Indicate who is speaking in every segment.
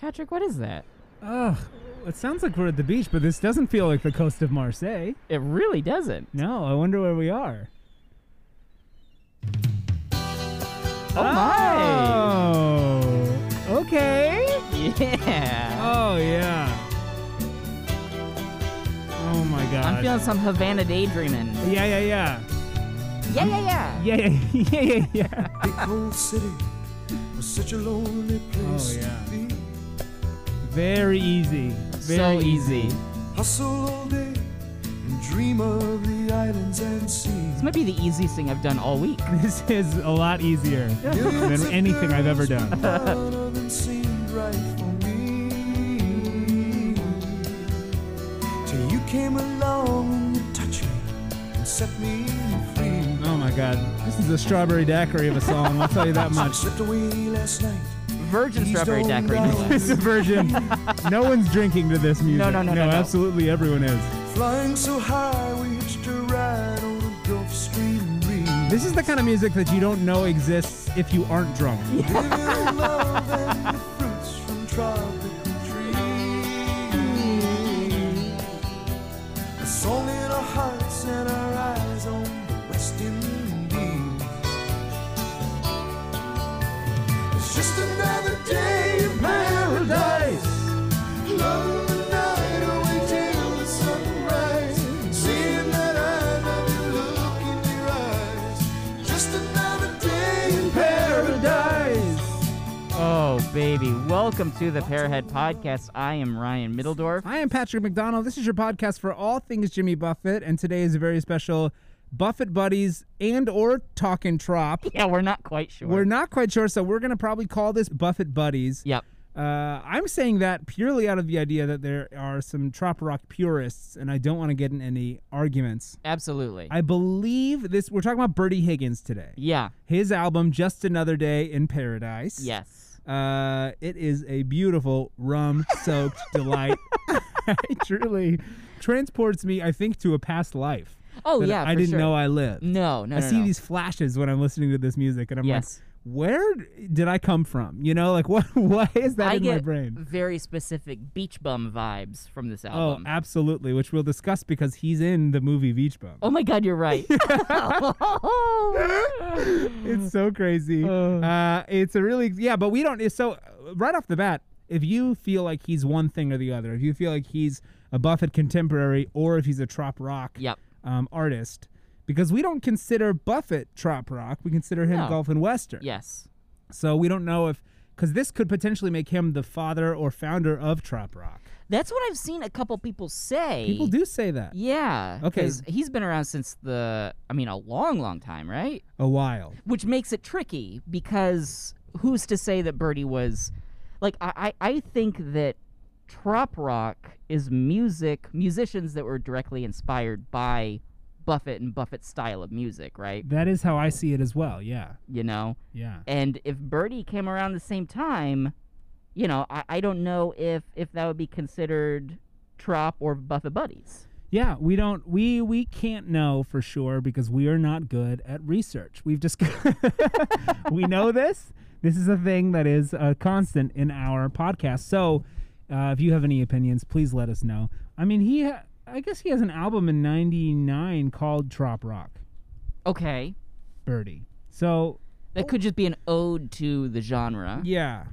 Speaker 1: Patrick, what is that?
Speaker 2: Ugh, it sounds like we're at the beach, but this doesn't feel like the coast of Marseille.
Speaker 1: It really doesn't.
Speaker 2: No, I wonder where we are.
Speaker 1: Oh my!
Speaker 2: Oh, okay.
Speaker 1: Yeah.
Speaker 2: Oh yeah. Oh my god.
Speaker 1: I'm feeling some Havana daydreaming.
Speaker 2: yeah, yeah, yeah.
Speaker 1: Yeah, yeah, yeah.
Speaker 2: Yeah, yeah, yeah, yeah, yeah.
Speaker 3: Big cold city was such a lonely place
Speaker 2: yeah.
Speaker 3: to be.
Speaker 2: Very easy. Very
Speaker 1: so easy.
Speaker 3: Hustle all day and dream of the islands and seas.
Speaker 1: This might be the easiest thing I've done all week.
Speaker 2: This is a lot easier than anything I've ever done.
Speaker 3: None of them seemed right for me. Till you came along and you touched me and set me free.
Speaker 2: Oh my god. This is a strawberry daiquiri of a song, I'll tell you that
Speaker 3: So I
Speaker 2: much.
Speaker 3: slipped away last night.
Speaker 1: Virgin
Speaker 3: Please
Speaker 1: strawberry
Speaker 3: don't
Speaker 1: daiquiri.
Speaker 3: lie.
Speaker 1: no less.
Speaker 2: It's a version. No one's drinking to this music.
Speaker 1: no, no, no, no.
Speaker 2: absolutely everyone is.
Speaker 3: Flying so high, we hitched a ride on a Gulf Stream breeze.
Speaker 2: This is the kind of music that you don't know exists if you aren't drunk.
Speaker 3: Living in love and the fruits from tropical trees. A song in our hearts and our eyes on the West Indies. It's just another day of paradise. Love the night away till the sunrise. Seeing that I love the look in your eyes. Just another day in paradise.
Speaker 1: Oh, baby. Welcome to the Pearhead Podcast. I am Ryan Middledorf.
Speaker 2: I am Patrick McDonald. This is your podcast for all things Jimmy Buffett, and today is a very special Buffett Buddies and or Talkin' Trop.
Speaker 1: Yeah, we're not quite sure.
Speaker 2: We're not quite sure, so we're gonna probably call this Buffett Buddies.
Speaker 1: Yep.
Speaker 2: Uh, I'm saying that purely out of the idea that there are some trop rock purists, and I don't want to get in any arguments.
Speaker 1: Absolutely.
Speaker 2: I believe this. We're talking about Bertie Higgins today.
Speaker 1: yeah.
Speaker 2: His album, Just Another Day in Paradise.
Speaker 1: Yes.
Speaker 2: Uh, it is a beautiful rum soaked delight. it truly transports me, I think, to a past life.
Speaker 1: Oh
Speaker 2: that
Speaker 1: yeah.
Speaker 2: I
Speaker 1: for
Speaker 2: didn't
Speaker 1: sure.
Speaker 2: know I lived.
Speaker 1: No, no,
Speaker 2: I
Speaker 1: no,
Speaker 2: see
Speaker 1: no.
Speaker 2: these flashes when I'm listening to this music, and I'm
Speaker 1: Yes.
Speaker 2: like, "Where did I come from? You know, like what? Why is that
Speaker 1: I
Speaker 2: in
Speaker 1: get
Speaker 2: my brain?"
Speaker 1: very specific beach bum vibes from this
Speaker 2: Oh,
Speaker 1: album.
Speaker 2: absolutely. Which we'll discuss because he's in the movie Beach Bum.
Speaker 1: Oh my God, you're right.
Speaker 2: It's so crazy. Uh, it's a really yeah, but we don't. So uh, right off the bat, if you feel like he's one thing or the other, if you feel like he's a Buffett contemporary or if he's a trop rock
Speaker 1: Yep.
Speaker 2: um, artist, because we don't consider Buffett trop rock, we consider him
Speaker 1: No.
Speaker 2: golf and western.
Speaker 1: yes.
Speaker 2: So we don't know if because this could potentially make him the father or founder of trop rock.
Speaker 1: That's what I've seen a couple people say.
Speaker 2: People do say that
Speaker 1: Yeah.
Speaker 2: Okay.
Speaker 1: 'cause he's been around since the, I mean, a long, long time, right?
Speaker 2: a while.
Speaker 1: Which makes it tricky because who's to say that Birdie was, like, I, I, I think that trop rock is music, musicians that were directly inspired by Buffett and Buffett's style of music, right?
Speaker 2: That is how I see it as well. Yeah,
Speaker 1: You know?
Speaker 2: yeah.
Speaker 1: And if Birdie came around the same time, you know, I, I don't know if if that would be considered Trop or Buffett Buddies.
Speaker 2: Yeah, we don't we we can't know for sure because we are not good at research. We've just we know this. This is a thing that is a constant in our podcast. So, uh, if you have any opinions, please let us know. I mean, he ha- I guess he has an album in 99 called Trop Rock
Speaker 1: Okay.
Speaker 2: Birdie. So,
Speaker 1: That could just be an ode to the genre,
Speaker 2: yeah.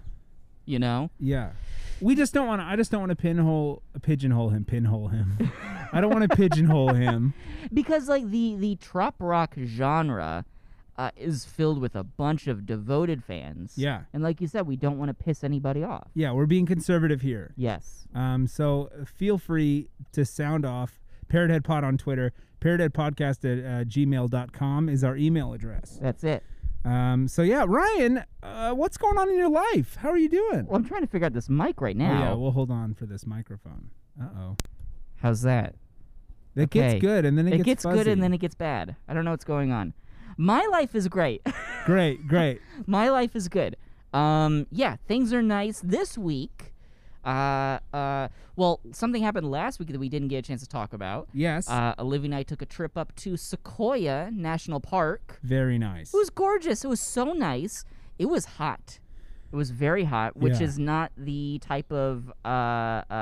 Speaker 1: you know?
Speaker 2: Yeah. We just don't want to I just don't want to pinhole pigeonhole him, pinhole him. I don't want to pigeonhole him.
Speaker 1: Because like the the trop rock genre uh, is filled with a bunch of devoted fans.
Speaker 2: Yeah.
Speaker 1: And like you said, we don't want to piss anybody off.
Speaker 2: Yeah, we're being conservative here.
Speaker 1: Yes.
Speaker 2: Um, so feel free to sound off. Parrothead Pod on Twitter. Parrotheadpodcast at uh, gmail.com is our email address.
Speaker 1: That's it.
Speaker 2: Um, so, yeah, Ryan, uh, what's going on in your life? How are you doing?
Speaker 1: Well, I'm trying to figure out this mic right
Speaker 2: Oh,
Speaker 1: now.
Speaker 2: yeah, we'll hold on for this microphone. Uh oh.
Speaker 1: How's that?
Speaker 2: It
Speaker 1: Okay.
Speaker 2: gets good and then it,
Speaker 1: It, gets, good and
Speaker 2: fuzzy.
Speaker 1: then it gets bad. I don't know what's going on. My life is great.
Speaker 2: Great, great.
Speaker 1: My life is good. Um, yeah, things are nice this week. Uh, uh, well, something happened last week that we didn't get a chance to talk about.
Speaker 2: Yes.
Speaker 1: Uh, Olivia and I took a trip up to Sequoia National Park.
Speaker 2: Very nice.
Speaker 1: It was gorgeous. It was so nice. It was hot. It was very hot, which
Speaker 2: Yeah.
Speaker 1: is not the type of uh, uh,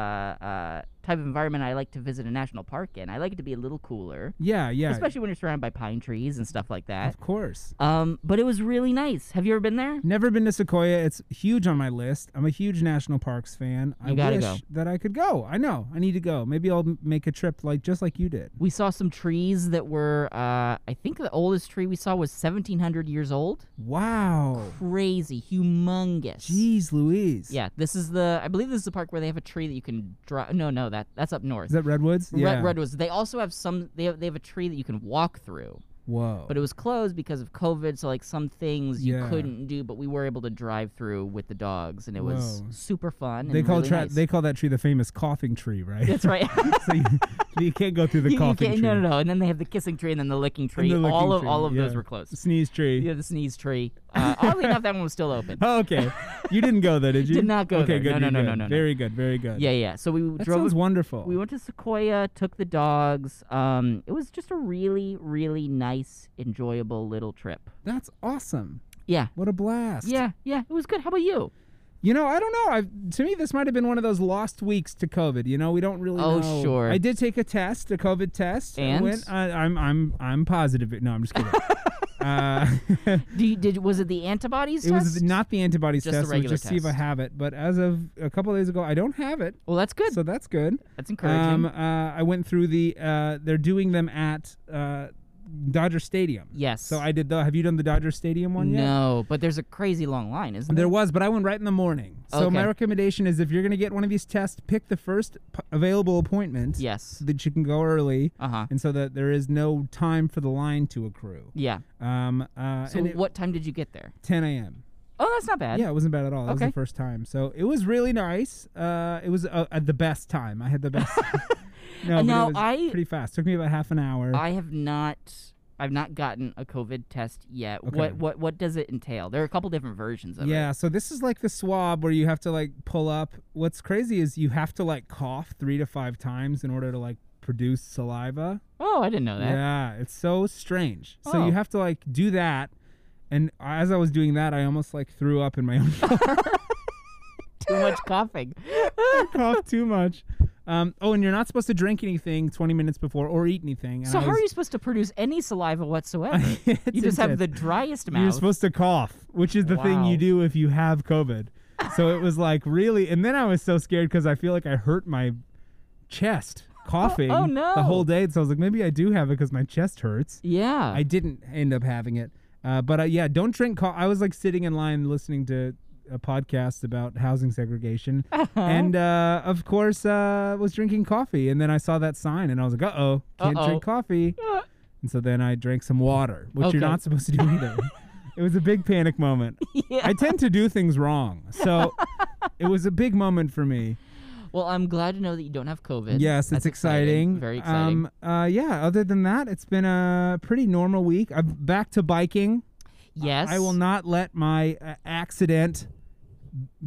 Speaker 1: uh, type of environment I like to visit a national park in. I like it to be a little cooler,
Speaker 2: Yeah, yeah.
Speaker 1: especially when you're surrounded by pine trees and stuff like that.
Speaker 2: of course.
Speaker 1: Um, but it was really nice. Have you ever been there?
Speaker 2: Never been to Sequoia. It's huge on my list. I'm a huge national parks fan.
Speaker 1: You
Speaker 2: I
Speaker 1: gotta
Speaker 2: wish
Speaker 1: go.
Speaker 2: that I could go. I know. I need to go. Maybe I'll m- make a trip like just like you did.
Speaker 1: We saw some trees that were, uh, I think the oldest tree we saw was 1,700 years old.
Speaker 2: Wow.
Speaker 1: Crazy, humongous.
Speaker 2: Jeez, Louise.
Speaker 1: Yeah, this is the. I believe this is the park where they have a tree that you can draw. No, no, that that's up north.
Speaker 2: Is that redwoods?
Speaker 1: Red-
Speaker 2: yeah.
Speaker 1: redwoods. They also have some. They have, they have a tree that you can walk through,
Speaker 2: Whoa.
Speaker 1: but it was closed because of COVID. So like some things you
Speaker 2: Yeah.
Speaker 1: couldn't do, but we were able to drive through with the dogs, and it was
Speaker 2: Whoa.
Speaker 1: super fun.
Speaker 2: they
Speaker 1: and
Speaker 2: call
Speaker 1: really
Speaker 2: tra-
Speaker 1: nice.
Speaker 2: they call that tree the famous coughing tree, right?
Speaker 1: That's right.
Speaker 2: so you, you can't go through the
Speaker 1: You- you
Speaker 2: coughing
Speaker 1: can't-
Speaker 2: tree.
Speaker 1: No, no, no. And then they have the kissing tree, and then the licking tree.
Speaker 2: And the
Speaker 1: all
Speaker 2: licking
Speaker 1: of
Speaker 2: tree,
Speaker 1: all of those
Speaker 2: yeah.
Speaker 1: were closed.
Speaker 2: Sneeze tree.
Speaker 1: Yeah, the sneeze tree. Uh, oddly enough, that one was still open.
Speaker 2: Oh, okay. You didn't go there, did you?
Speaker 1: Did not go
Speaker 2: okay,
Speaker 1: there.
Speaker 2: Good,
Speaker 1: No, no,
Speaker 2: you're
Speaker 1: no,
Speaker 2: good.
Speaker 1: no, no, no.
Speaker 2: Very good. Very good.
Speaker 1: Yeah, yeah. So we
Speaker 2: That
Speaker 1: drove.
Speaker 2: sounds wonderful.
Speaker 1: We went to Sequoia, took the dogs. Um, it was just a really, really nice, enjoyable little trip.
Speaker 2: That's awesome.
Speaker 1: Yeah,
Speaker 2: What a blast.
Speaker 1: yeah, yeah. It was good. How about you?
Speaker 2: You know, I don't know. I to me this might have been one of those lost weeks to COVID. You know, we don't really
Speaker 1: Oh,
Speaker 2: know.
Speaker 1: sure.
Speaker 2: I did take a test, a COVID test. I
Speaker 1: And?
Speaker 2: went- I, I'm I'm I'm positive. it- No, I'm just kidding. uh,
Speaker 1: Do you, did was it the antibodies
Speaker 2: it
Speaker 1: test?
Speaker 2: was not the antibodies
Speaker 1: Just the
Speaker 2: test. It was
Speaker 1: regular
Speaker 2: just see if I
Speaker 1: test.
Speaker 2: have it. But as of a couple of days ago, I don't have it.
Speaker 1: Well, that's good.
Speaker 2: So that's good.
Speaker 1: that's encouraging.
Speaker 2: Um, uh, I went through the. Uh, they're doing them at uh, Dodger Stadium.
Speaker 1: yes.
Speaker 2: So I did the. Have you done the Dodger Stadium one yet?
Speaker 1: no, but there's a crazy long line, isn't
Speaker 2: There
Speaker 1: there?
Speaker 2: was, but I went right in the morning. So
Speaker 1: Okay.
Speaker 2: my recommendation is if you're going to get one of these tests, pick the first p- available appointment.
Speaker 1: Yes.
Speaker 2: So that you can go early,
Speaker 1: Uh huh.
Speaker 2: and so that there is no time for the line to accrue.
Speaker 1: Yeah.
Speaker 2: Um. Uh,
Speaker 1: So
Speaker 2: and it-
Speaker 1: what time did you get there?
Speaker 2: 10 a.m.
Speaker 1: Oh, that's not bad.
Speaker 2: Yeah, it wasn't bad at all. That was the
Speaker 1: Okay.
Speaker 2: first time, so it was really nice. Uh, it was uh, at the best time. I had the best. no, but it
Speaker 1: Now,
Speaker 2: was
Speaker 1: I-
Speaker 2: pretty fast. Took me about half an hour.
Speaker 1: I have not. I've not gotten a COVID test yet.
Speaker 2: Okay.
Speaker 1: What what what does it entail? There are a couple different versions of it.
Speaker 2: Yeah, so this is like the swab where you have to like pull up. What's crazy is you have to like cough three to five times in order to like produce saliva.
Speaker 1: Oh, I didn't know that.
Speaker 2: Yeah, it's so strange. So
Speaker 1: Oh.
Speaker 2: you have to like do that. And as I was doing that, I almost like threw up in my own
Speaker 1: Too much coughing.
Speaker 2: cough too much. Um, oh, and you're not supposed to drink anything 20 minutes before or eat anything. And
Speaker 1: So
Speaker 2: I
Speaker 1: how
Speaker 2: was-
Speaker 1: are you supposed to produce any saliva whatsoever? you
Speaker 2: It's
Speaker 1: just have
Speaker 2: intense.
Speaker 1: the driest mouth.
Speaker 2: You're supposed to cough, which is the thing
Speaker 1: Wow.
Speaker 2: you do if you have COVID. So it was like really, and then I was so scared because I feel like I hurt my chest coughing
Speaker 1: oh,
Speaker 2: the
Speaker 1: no.
Speaker 2: whole day. So I was like, maybe I do have it because my chest hurts.
Speaker 1: yeah.
Speaker 2: I didn't end up having it, uh, but uh, yeah, don't drink. Co- I was like sitting in line listening to a podcast about housing segregation,
Speaker 1: Uh-huh.
Speaker 2: and uh, of course, uh, was drinking coffee. And then I saw that sign, and I was like, uh oh, can't
Speaker 1: Uh-oh. Uh.
Speaker 2: drink coffee. And so then I drank some water, which you're
Speaker 1: Okay.
Speaker 2: not supposed to do either. it was a big panic moment.
Speaker 1: yeah.
Speaker 2: I tend to do things wrong. So it was a big moment for me.
Speaker 1: well, I'm glad to know that you don't have COVID.
Speaker 2: Yes,
Speaker 1: That's
Speaker 2: it's exciting.
Speaker 1: Very exciting.
Speaker 2: Um, uh, yeah, other than that, it's been a pretty normal week. I'm back to biking.
Speaker 1: yes.
Speaker 2: I will not let my uh, accident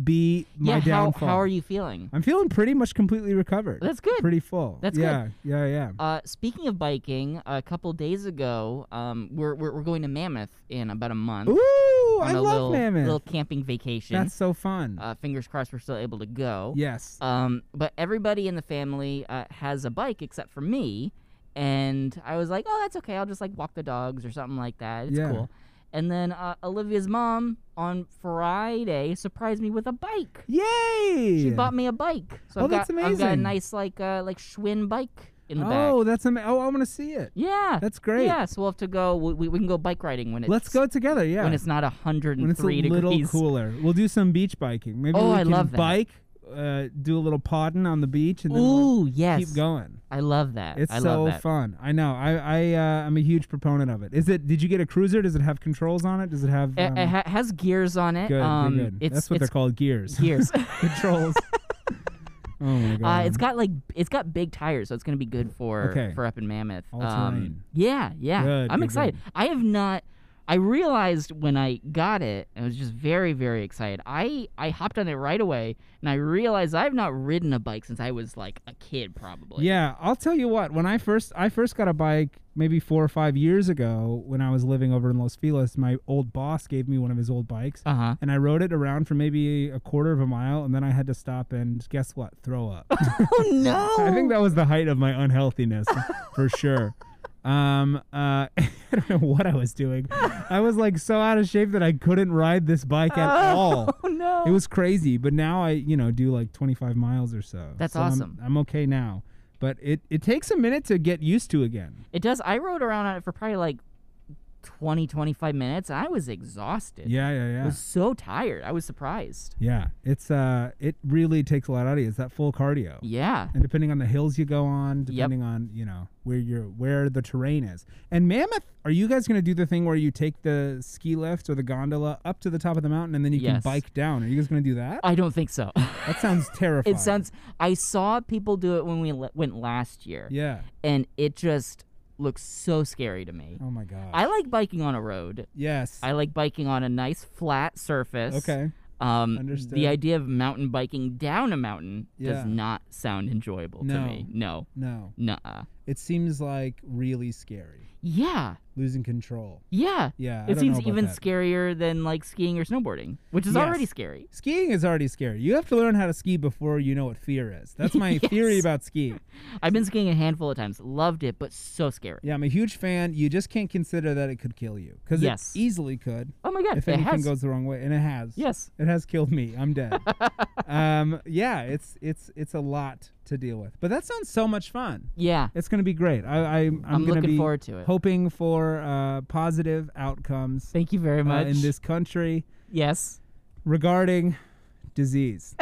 Speaker 2: be my
Speaker 1: yeah, how,
Speaker 2: downfall.
Speaker 1: how are you feeling?
Speaker 2: I'm feeling pretty much completely recovered.
Speaker 1: That's good.
Speaker 2: Pretty full.
Speaker 1: That's
Speaker 2: yeah, Yeah, yeah,
Speaker 1: Uh, speaking of biking, a couple days ago, um, we're, we're, we're going to Mammoth in about a month
Speaker 2: Ooh,
Speaker 1: on
Speaker 2: I
Speaker 1: a
Speaker 2: love
Speaker 1: little,
Speaker 2: Mammoth.
Speaker 1: little camping vacation.
Speaker 2: That's so fun.
Speaker 1: uh, fingers crossed we're still able to go.
Speaker 2: yes.
Speaker 1: Um, but everybody in the family uh, has a bike except for me, and I was like, "Oh, that's okay. I'll just like walk the dogs or something like that. It's
Speaker 2: Yeah.
Speaker 1: cool." And then uh, Olivia's mom on Friday surprised me with a bike.
Speaker 2: Yay!
Speaker 1: She bought me a bike, so
Speaker 2: Oh,
Speaker 1: I've got
Speaker 2: that's
Speaker 1: I've got a
Speaker 2: amazing.
Speaker 1: nice like uh, like Schwinn bike in the
Speaker 2: Oh,
Speaker 1: back.
Speaker 2: that's amazing. Oh, I want to see it.
Speaker 1: Yeah,
Speaker 2: That's great.
Speaker 1: Yeah, so we'll have to go. We, we, we can go bike riding when it's
Speaker 2: Let's go together. Yeah.
Speaker 1: when it's not hundred
Speaker 2: When
Speaker 1: and
Speaker 2: it's
Speaker 1: three
Speaker 2: a little
Speaker 1: degrees.
Speaker 2: cooler. We'll do some beach biking. Maybe
Speaker 1: Oh,
Speaker 2: we
Speaker 1: I
Speaker 2: can
Speaker 1: love that.
Speaker 2: bike, uh, do a little podding on the beach, and then we'll
Speaker 1: Ooh, yes,
Speaker 2: keep going.
Speaker 1: I love that.
Speaker 2: It's
Speaker 1: I
Speaker 2: so
Speaker 1: love that.
Speaker 2: fun. I know. I I uh, I'm a huge proponent of it. Is it? Did you get a cruiser? Does it have controls on it? Does it have?
Speaker 1: It,
Speaker 2: um,
Speaker 1: it ha- has gears on it.
Speaker 2: good, good,
Speaker 1: um,
Speaker 2: good.
Speaker 1: It's,
Speaker 2: That's what they're
Speaker 1: it's
Speaker 2: called. Gears.
Speaker 1: gears.
Speaker 2: controls. oh my god.
Speaker 1: uh, it's got like it's got big tires, so it's gonna be good for
Speaker 2: Okay.
Speaker 1: for up in Mammoth.
Speaker 2: All
Speaker 1: Um,
Speaker 2: terrain.
Speaker 1: yeah, yeah.
Speaker 2: Good,
Speaker 1: I'm
Speaker 2: good,
Speaker 1: excited. I have not. I realized when I got it, I was just very, very excited. I, I hopped on it right away, and I realized I've not ridden a bike since I was like a kid, probably.
Speaker 2: Yeah, I'll tell you what. When I first I first got a bike maybe 4 or 5 years ago when I was living over in Los Feliz, my old boss gave me one of his old bikes
Speaker 1: Uh huh.
Speaker 2: and I rode it around for maybe a quarter of a mile and then I had to stop and guess what? Throw up.
Speaker 1: Oh no!
Speaker 2: I think that was the height of my unhealthiness for sure. Um, uh, I don't know what I was doing. I was like so out of shape that I couldn't ride this bike at all.
Speaker 1: Oh no!
Speaker 2: It was crazy, but now I, you know, do like 25 miles or so.
Speaker 1: That's
Speaker 2: So I'm-
Speaker 1: awesome.
Speaker 2: I'm, okay now, but it, it takes a minute to get used to again.
Speaker 1: It does. I rode around on it for probably like 20, 25 minutes. And I was exhausted.
Speaker 2: Yeah, yeah, yeah.
Speaker 1: I was so tired. I was surprised.
Speaker 2: yeah, it's uh, it really takes a lot out of you. It's that full cardio.
Speaker 1: Yeah.
Speaker 2: and depending on the hills you go on
Speaker 1: Yep.
Speaker 2: depending on you know where you're where the terrain is and mammoth are you guys going to do the thing where you take the ski lift or the gondola up to the top of the mountain and then you can
Speaker 1: Yes.
Speaker 2: bike down are you guys going to do that
Speaker 1: I don't think so.
Speaker 2: that sounds terrifying
Speaker 1: it sounds. I saw people do it when we le- went last year,
Speaker 2: yeah
Speaker 1: and it just looks so scary to me.
Speaker 2: oh my god
Speaker 1: I like biking on a road.
Speaker 2: yes
Speaker 1: I like biking on a nice flat surface.
Speaker 2: okay
Speaker 1: Um,
Speaker 2: Understood.
Speaker 1: The idea of mountain biking down a mountain
Speaker 2: Yeah.
Speaker 1: does not sound enjoyable
Speaker 2: No.
Speaker 1: to me. No.
Speaker 2: no
Speaker 1: Nuh-uh.
Speaker 2: it seems like really scary
Speaker 1: Yeah.
Speaker 2: losing control
Speaker 1: Yeah.
Speaker 2: yeah I
Speaker 1: It
Speaker 2: don't
Speaker 1: seems
Speaker 2: know about
Speaker 1: even
Speaker 2: that.
Speaker 1: scarier than like skiing or snowboarding, which is
Speaker 2: Yes.
Speaker 1: already scary.
Speaker 2: Skiing is already scary. You have to learn how to ski before you know what fear is. That's my theory
Speaker 1: Yes.
Speaker 2: about skiing.
Speaker 1: I've been skiing a handful of times, loved it, but so scary.
Speaker 2: Yeah, I'm a huge fan. You just can't consider that it could kill you because
Speaker 1: Yes.
Speaker 2: it easily could.
Speaker 1: Oh my god,
Speaker 2: if
Speaker 1: it
Speaker 2: anything
Speaker 1: has.
Speaker 2: goes the wrong way, and it has.
Speaker 1: yes,
Speaker 2: It has killed me. I'm dead. um, yeah, it's it's it's a lot to deal with, but that sounds so much fun.
Speaker 1: yeah,
Speaker 2: It's going to be great. I, I I'm,
Speaker 1: I'm
Speaker 2: gonna
Speaker 1: looking
Speaker 2: be
Speaker 1: forward to it.
Speaker 2: Hoping for uh, positive outcomes
Speaker 1: Thank you very
Speaker 2: uh,
Speaker 1: much.
Speaker 2: in this country
Speaker 1: yes,
Speaker 2: regarding disease.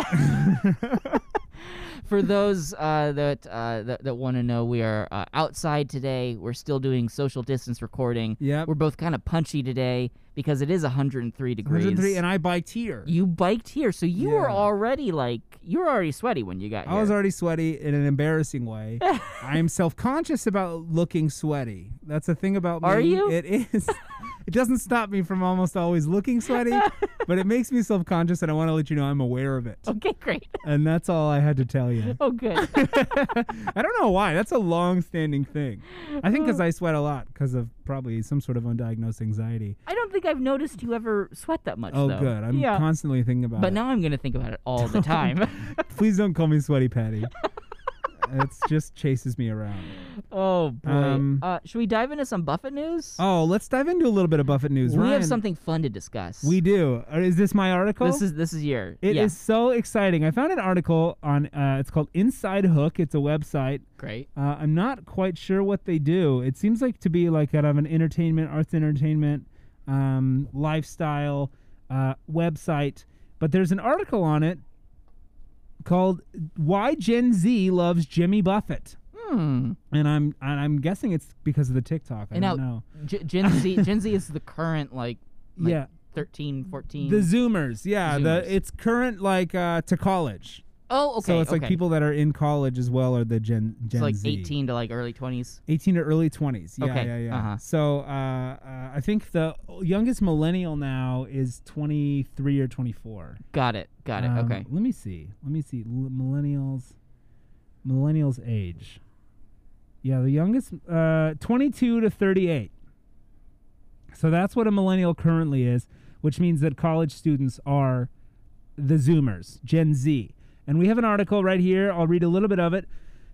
Speaker 1: for those uh, that, uh, that that want to know, we are uh, outside today. We're still doing social distance recording.
Speaker 2: Yep.
Speaker 1: we're both kind of punchy today because it is 103 degrees.
Speaker 2: 103, and I biked here.
Speaker 1: you biked here, so you were
Speaker 2: Yeah.
Speaker 1: already like you were already sweaty when you got
Speaker 2: I
Speaker 1: here.
Speaker 2: was already sweaty in an embarrassing way. I'm self-conscious about looking sweaty. That's a thing about me.
Speaker 1: Are you?
Speaker 2: It is. it doesn't stop me from almost always looking sweaty, but it makes me self-conscious, and I want to let you know I'm aware of it.
Speaker 1: okay, great.
Speaker 2: And that's all I had to tell you.
Speaker 1: Oh, good.
Speaker 2: I don't know why. That's a long-standing thing. I think because I sweat a lot because of probably some sort of undiagnosed anxiety.
Speaker 1: I don't think I've noticed you ever sweat that much.
Speaker 2: Oh,
Speaker 1: though.
Speaker 2: good. I'm
Speaker 1: yeah.
Speaker 2: constantly thinking about
Speaker 1: But
Speaker 2: it.
Speaker 1: now I'm gonna think about it all the time.
Speaker 2: Please don't call me sweaty Patty. it just chases me around.
Speaker 1: oh boy.
Speaker 2: Um,
Speaker 1: uh, should we dive into some Buffett news?
Speaker 2: Oh, let's dive into a little bit of Buffett news.
Speaker 1: we
Speaker 2: Ryan,
Speaker 1: have something fun to discuss.
Speaker 2: We do. Uh, Is this my article?
Speaker 1: this is this is your
Speaker 2: It is
Speaker 1: yeah,
Speaker 2: so exciting. I found an article on. Uh, it's called Inside Hook. It's a website.
Speaker 1: great.
Speaker 2: Uh, I'm not quite sure what they do. It seems like to be like out of an entertainment, arts, entertainment, um, lifestyle uh, website. But there's an article on it called "Why Gen Z Loves Jimmy Buffett,"
Speaker 1: Hmm.
Speaker 2: and I'm and I'm guessing it's because of the TikTok. I
Speaker 1: And
Speaker 2: don't
Speaker 1: now-
Speaker 2: know.
Speaker 1: G- Gen Z Gen Z is the current like, like
Speaker 2: Yeah.
Speaker 1: 13, 14.
Speaker 2: The Zoomers, yeah.
Speaker 1: Zoomers.
Speaker 2: The it's current like uh, to college.
Speaker 1: oh, okay.
Speaker 2: so it's
Speaker 1: okay.
Speaker 2: like people that are in college as well are the Gen Gen
Speaker 1: it's like
Speaker 2: Z.
Speaker 1: 18 to like early 20s.
Speaker 2: 18 to early 20s. Yeah,
Speaker 1: Okay,
Speaker 2: yeah, yeah.
Speaker 1: uh-huh.
Speaker 2: So uh, uh, I think the youngest millennial now is 23 or 24.
Speaker 1: Got it. Got it.
Speaker 2: Um,
Speaker 1: okay.
Speaker 2: Let me see. Let me see. L- millennials. Millennials age. Yeah, the youngest, uh, 22 to 38. So that's what a millennial currently is, which means that college students are the Zoomers, Gen Z. And we have an article right here. I'll read a little bit of it.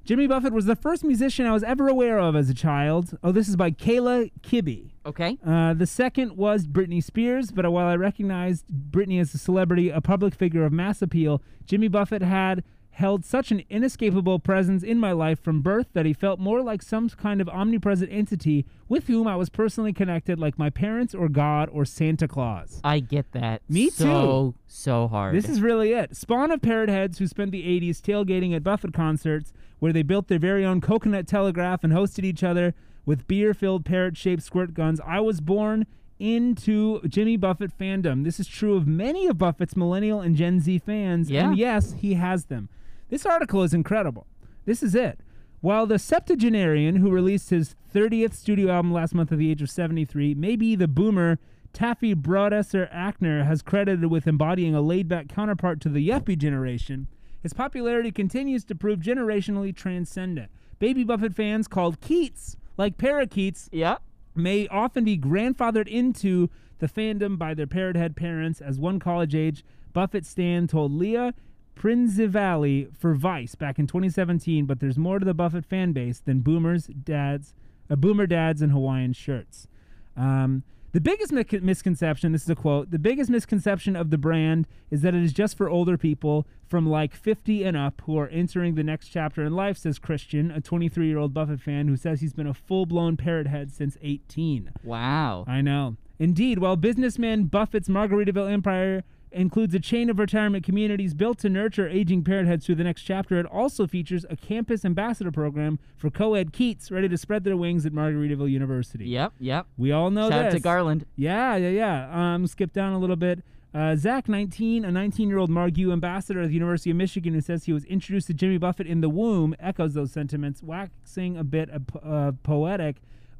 Speaker 2: Jimmy Buffett was the first musician I was ever aware of as a child. Oh, this is by Kayla Kibbe.
Speaker 1: Okay.
Speaker 2: Uh, the second was Britney Spears, but while I recognized Britney as a celebrity, a public figure of mass appeal, Jimmy Buffett had held such an inescapable presence in my life from birth that he felt more like some kind of omnipresent entity with whom I was personally connected, like my parents or God or Santa Claus.
Speaker 1: I get that.
Speaker 2: Me
Speaker 1: So so hard.
Speaker 2: This is really it. Spawn of parrot heads who spent the 80s tailgating at Buffett concerts where they built their very own coconut telegraph and hosted each other with beer filled parrot shaped squirt guns. I was born into Jimmy Buffett fandom. This is true of many of Buffett's millennial and Gen Z fans.
Speaker 1: Yeah.
Speaker 2: And yes, he has them. This article is incredible. This is it. While the septuagenarian who released his 30th studio album last month at the age of 73 may be the boomer, Taffy Broadesser Ackner has credited with embodying a laid back counterpart to the yuppie generation. His popularity continues to prove generationally transcendent. Baby Buffett fans called Keats, like parakeets,
Speaker 1: Yeah.
Speaker 2: may often be grandfathered into the fandom by their parrot head parents. As one college age Buffett Stan told Leah Prinzivalli for Vice back in 2017, but there's more to the Buffett fan base than boomers, dads, uh, boomer dads, and Hawaiian shirts. Um, the biggest mi- misconception, this is a quote, the biggest misconception of the brand is that it is just for older people from like 50 and up who are entering the next chapter in life, says Christian, a 23 year old Buffett fan who says he's been a full blown parrot head since 18.
Speaker 1: Wow.
Speaker 2: I know. Indeed, while businessman Buffett's Margaritaville empire includes a chain of retirement communities built to nurture aging parrot heads through the next chapter, it also features a campus ambassador program for co ed Keats ready to spread their wings at Margaritaville University.
Speaker 1: Yep. Yep.
Speaker 2: We all know
Speaker 1: Shout out
Speaker 2: this.
Speaker 1: to Garland.
Speaker 2: Yeah, yeah, yeah. Um, skip down a little bit. Uh, Zach, 19, a 19 year old Margu ambassador at the University of Michigan who says he was introduced to Jimmy Buffett in the womb, echoes those sentiments, waxing a bit uh, po- uh, poetic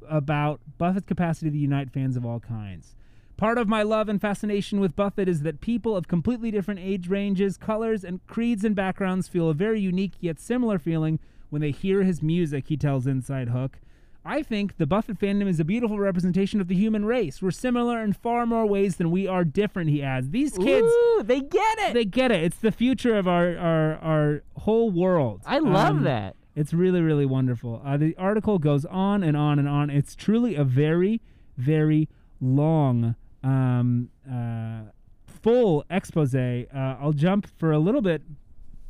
Speaker 2: about Buffett's capacity to unite fans of all kinds. Part of my love and fascination with Buffett is that people of completely different age ranges, colors, and creeds and backgrounds feel a very unique yet similar feeling when they hear his music, he tells Inside Hook. I think the Buffett fandom is a beautiful representation of the human race. We're similar in far more ways than we are different, he adds. These kids,
Speaker 1: Ooh, they get it.
Speaker 2: they get it. It's the future of our, our, our whole world.
Speaker 1: I love
Speaker 2: Um,
Speaker 1: that.
Speaker 2: it's really, really wonderful. Uh, the article goes on and on and on. It's truly a very, very long, um, uh, full expose. Uh, I'll jump for a little bit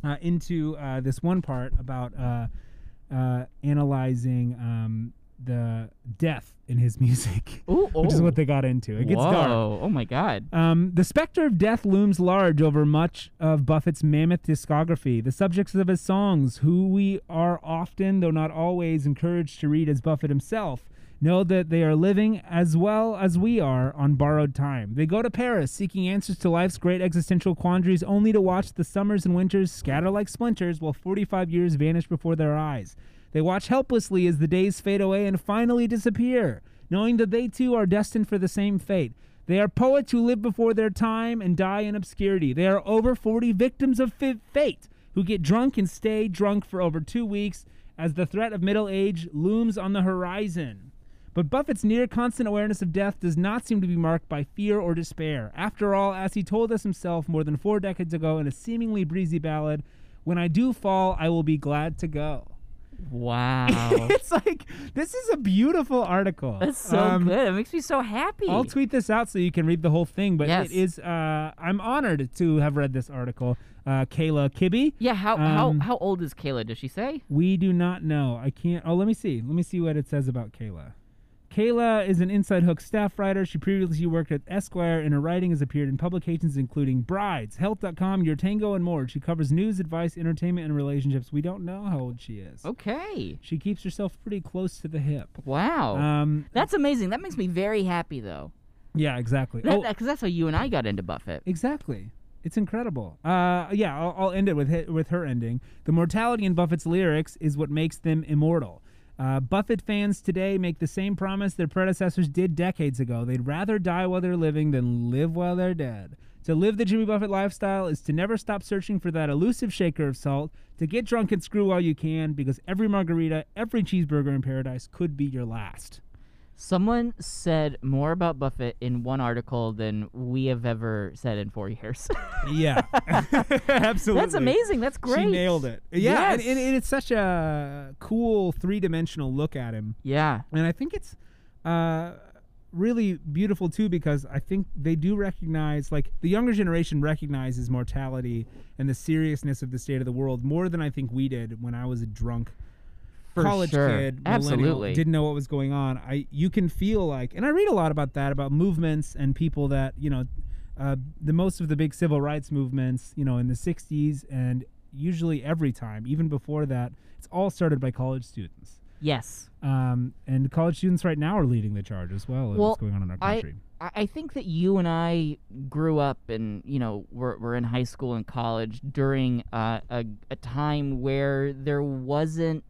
Speaker 2: uh, into uh, this one part about uh, uh, analyzing um, the death in his music,
Speaker 1: Ooh, oh.
Speaker 2: which is what they got into. It gets
Speaker 1: Whoa.
Speaker 2: dark.
Speaker 1: Oh my God.
Speaker 2: Um, the specter of death looms large over much of Buffett's mammoth discography. The subjects of his songs, who we are often, though not always, encouraged to read as Buffett himself, know that they are living as well as we are on borrowed time. They go to Paris seeking answers to life's great existential quandaries, only to watch the summers and winters scatter like splinters while 45 years vanish before their eyes. They watch helplessly as the days fade away and finally disappear, knowing that they too are destined for the same fate. They are poets who live before their time and die in obscurity. They are over 40 victims of fi- fate who get drunk and stay drunk for over two weeks as the threat of middle age looms on the horizon. But Buffett's near constant awareness of death does not seem to be marked by fear or despair. After all, as he told us himself more than four decades ago in a seemingly breezy ballad, when I do fall, I will be glad to go.
Speaker 1: Wow.
Speaker 2: it's like, this is a beautiful article.
Speaker 1: That's so
Speaker 2: Um,
Speaker 1: good. It makes me so happy.
Speaker 2: I'll tweet this out so you can read the whole thing. But
Speaker 1: Yes.
Speaker 2: it is uh, I'm honored to have read this article. Uh, Kayla Kibbe.
Speaker 1: yeah. How
Speaker 2: um,
Speaker 1: how how old is Kayla? Does she say?
Speaker 2: We do not know. I can't. Oh, let me see. Let me see what it says about Kayla. Kayla is an Inside Hook staff writer. She previously worked at Esquire, and her writing has appeared in publications including Brides, Health.com, Your Tango, and more. She covers news, advice, entertainment, and relationships. We don't know how old she is.
Speaker 1: Oh. Okay.
Speaker 2: She keeps herself pretty close to the hip.
Speaker 1: Wow.
Speaker 2: Um,
Speaker 1: that's amazing. That makes me very happy though.
Speaker 2: yeah, exactly.
Speaker 1: That,
Speaker 2: Oh,
Speaker 1: that- Cause that's how you and I got into Buffett.
Speaker 2: Exactly. It's incredible. Uh, yeah, I'll, I'll end it with hi- with her ending. The mortality in Buffett's lyrics is what makes them immortal. Uh, Buffett fans today make the same promise their predecessors did decades ago. They'd rather die while they're living than live while they're dead. To live the Jimmy Buffett lifestyle is to never stop searching for that elusive shaker of salt, to get drunk and screw while you can, because every margarita, every cheeseburger in paradise could be your last.
Speaker 1: Someone said more about Buffett in one article than we have ever said in four years.
Speaker 2: Yeah, absolutely.
Speaker 1: that's amazing. That's great.
Speaker 2: She nailed it. Yeah, and-
Speaker 1: Yes.
Speaker 2: and, and it's such a cool three dimensional look at him,
Speaker 1: Yeah.
Speaker 2: and I think it's uh, really beautiful too because I think they do recognize, like the younger generation recognizes mortality and the seriousness of the state of the world more than I think we did when I was a drunk.
Speaker 1: For
Speaker 2: college
Speaker 1: sure.
Speaker 2: kid, millennial,
Speaker 1: Absolutely.
Speaker 2: didn't know what was going on. I you can feel like, and I read a lot about that about movements and people that you know, uh, the most of the big civil rights movements, you know, in the '60s and usually every time, even before that, it's all started by college students.
Speaker 1: Yes.
Speaker 2: Um, and college students right now are leading the charge as well. of what's going on in our country?
Speaker 1: I, I think that you and I grew up and, you know, were, were in high school and college during uh, a, a time where there wasn't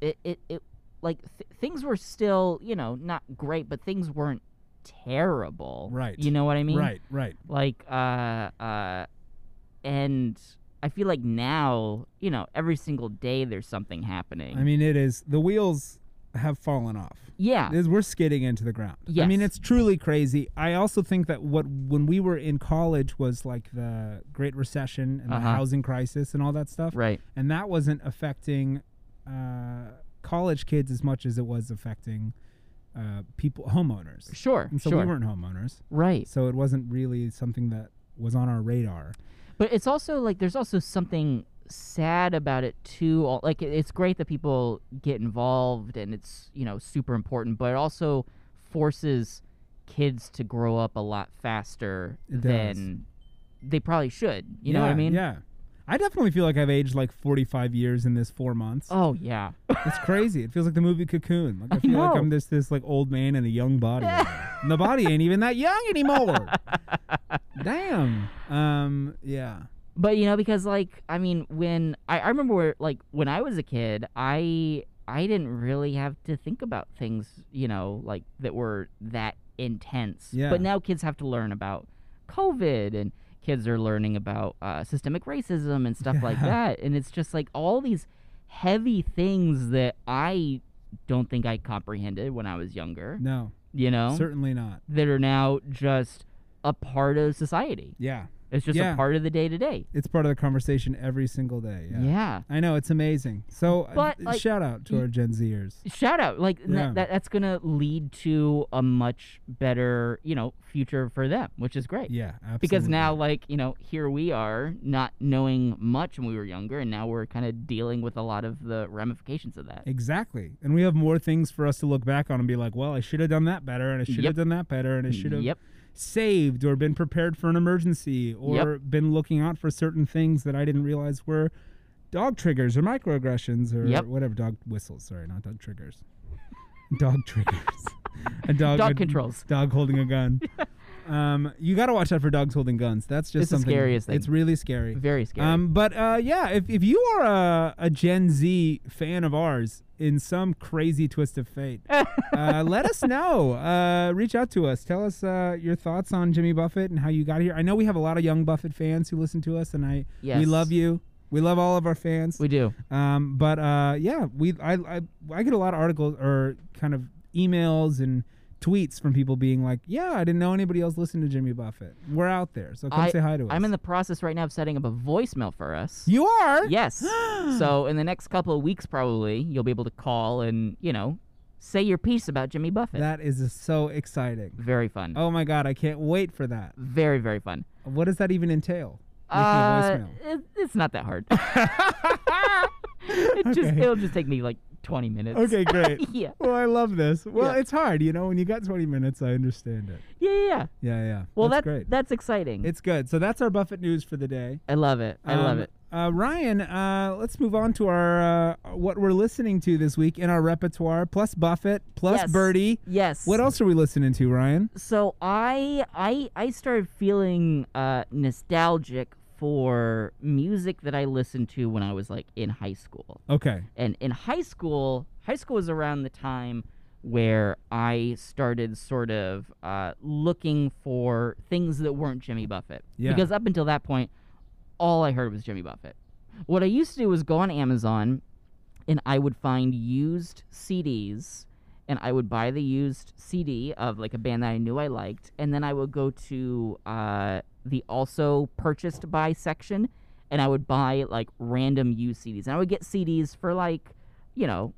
Speaker 1: it it, it like th- things were still you know not great, but things weren't terrible.
Speaker 2: Right.
Speaker 1: You know what I mean?
Speaker 2: right, right.
Speaker 1: Like uh uh, and I feel like now you know every single day there's something happening.
Speaker 2: I mean, it is the wheels have fallen off.
Speaker 1: yeah.
Speaker 2: Is we're skidding into the ground. I
Speaker 1: Ah. Yes.
Speaker 2: mean, it's truly crazy. I also think that what when we were in college was like the Great Recession and the
Speaker 1: Uh-huh.
Speaker 2: housing crisis and all that stuff,
Speaker 1: Right.
Speaker 2: and that wasn't affecting uh, college kids as much as it was affecting uh, people homeowners.
Speaker 1: Sure.
Speaker 2: And so
Speaker 1: sure.
Speaker 2: we weren't homeowners,
Speaker 1: right.
Speaker 2: so it wasn't really something that was on our radar.
Speaker 1: But it's also like there's also something sad about it too. All- Like it- it's great that people get involved and it's you know super important, but it also forces kids to grow up a lot faster
Speaker 2: It does.
Speaker 1: than they probably should. You know what I
Speaker 2: Yeah,
Speaker 1: mean?
Speaker 2: Yeah. I definitely feel like I've aged like 45 years in this four months.
Speaker 1: Oh yeah.
Speaker 2: It's crazy. It feels like the movie Cocoon. Like I feel like
Speaker 1: know.
Speaker 2: I'm this this like old man in a young body. right now. and the body ain't even that young anymore. Damn. Um. Yeah.
Speaker 1: but you know because like i mean when I, I remember where, like when i was a kid i i didn't really have to think about things you know like that were that intense
Speaker 2: Yeah.
Speaker 1: but now kids have to learn about covid and kids are learning about uh, systemic racism and stuff like
Speaker 2: Yeah.
Speaker 1: that and it's just like all these heavy things that i don't think i comprehended when i was younger
Speaker 2: No.
Speaker 1: you know
Speaker 2: Certainly not.
Speaker 1: that are now just a part of society
Speaker 2: Yeah.
Speaker 1: it's just
Speaker 2: Yeah.
Speaker 1: a part of the day to day
Speaker 2: It's part of the conversation every single day. Yeah.
Speaker 1: yeah
Speaker 2: I know. It's amazing. So uh,
Speaker 1: But, like,
Speaker 2: shout out to
Speaker 1: y-
Speaker 2: our Gen Zers.
Speaker 1: shout out like tha-
Speaker 2: Yeah.
Speaker 1: that that's gonna lead to a much better you know future for them which is great
Speaker 2: Yeah. Absolutely.
Speaker 1: because now like you know here we are not knowing much when we were younger and now we're kind of dealing with a lot of the ramifications of that
Speaker 2: Exactly. And we have more things for us to look back on and be like, well, I should have done that better, and I should have
Speaker 1: Yep. Mm,
Speaker 2: done that better, and I should have
Speaker 1: Yep.
Speaker 2: saved or been prepared for an emergency or been looking out for certain things that I didn't realize were dog triggers or microaggressions or
Speaker 1: Yep.
Speaker 2: whatever dog whistles. Sorry, not dog triggers. dog triggers. A dog,
Speaker 1: Dog
Speaker 2: a
Speaker 1: controls.
Speaker 2: Dog holding a gun. Um, you got to watch out for dogs holding guns. That's just
Speaker 1: It's the
Speaker 2: something.
Speaker 1: scariest thing.
Speaker 2: It's really scary.
Speaker 1: very scary
Speaker 2: Um, but uh, yeah, if, if you are a, a Gen Z fan of ours in some crazy twist of fate, uh, let us know. Uh, reach out to us. Tell us uh, your thoughts on Jimmy Buffett and how you got here. I know we have a lot of young Buffett fans who listen to us, and I we
Speaker 1: Yes.
Speaker 2: love you. We love all of our fans.
Speaker 1: we do
Speaker 2: Um, but uh, yeah, we I, I I get a lot of articles or kind of emails and tweets from people being like, "Yeah, I didn't know anybody else listened to Jimmy Buffett. We're out there, so come
Speaker 1: I,
Speaker 2: say hi to us."
Speaker 1: i'm in the process right now of setting up a voicemail for us
Speaker 2: you are
Speaker 1: yes so in the next couple of weeks probably you'll be able to call and you know say your piece about jimmy buffett
Speaker 2: That is so exciting.
Speaker 1: very fun
Speaker 2: Oh my god, I can't wait for that.
Speaker 1: very very fun
Speaker 2: What does that even entail? Making
Speaker 1: Uh,
Speaker 2: a voicemail.
Speaker 1: it, it's not that hard. it just
Speaker 2: Okay.
Speaker 1: it'll just take me like 20 minutes.
Speaker 2: Okay, great.
Speaker 1: yeah.
Speaker 2: Well, I love this. Well,
Speaker 1: Yeah.
Speaker 2: it's hard, you know, when you got 20 minutes, I understand it.
Speaker 1: Yeah, yeah, yeah.
Speaker 2: Yeah, yeah.
Speaker 1: Well, that
Speaker 2: that's great.
Speaker 1: that's exciting.
Speaker 2: it's good. So that's our Buffett news for the day.
Speaker 1: I love it. I love
Speaker 2: Um,
Speaker 1: it.
Speaker 2: Uh, Ryan, uh, let's move on to our uh, what we're listening to this week in our repertoire, plus Buffett, plus
Speaker 1: Yes.
Speaker 2: Birdie.
Speaker 1: Yes.
Speaker 2: What else are we listening to, Ryan?
Speaker 1: So I I I started feeling uh nostalgic for music that I listened to when I was like in high school.
Speaker 2: Okay.
Speaker 1: And in high school, high school was around the time where I started sort of uh, looking for things that weren't Jimmy Buffett.
Speaker 2: Yeah.
Speaker 1: Because up until that point, all I heard was Jimmy Buffett. What I used to do was go on Amazon and I would find used CDs and I would buy the used CD of like a band that I knew I liked. And then I would go to uh, the also purchased by section and I would buy like random used CDs. And I would get CDs for like, you know,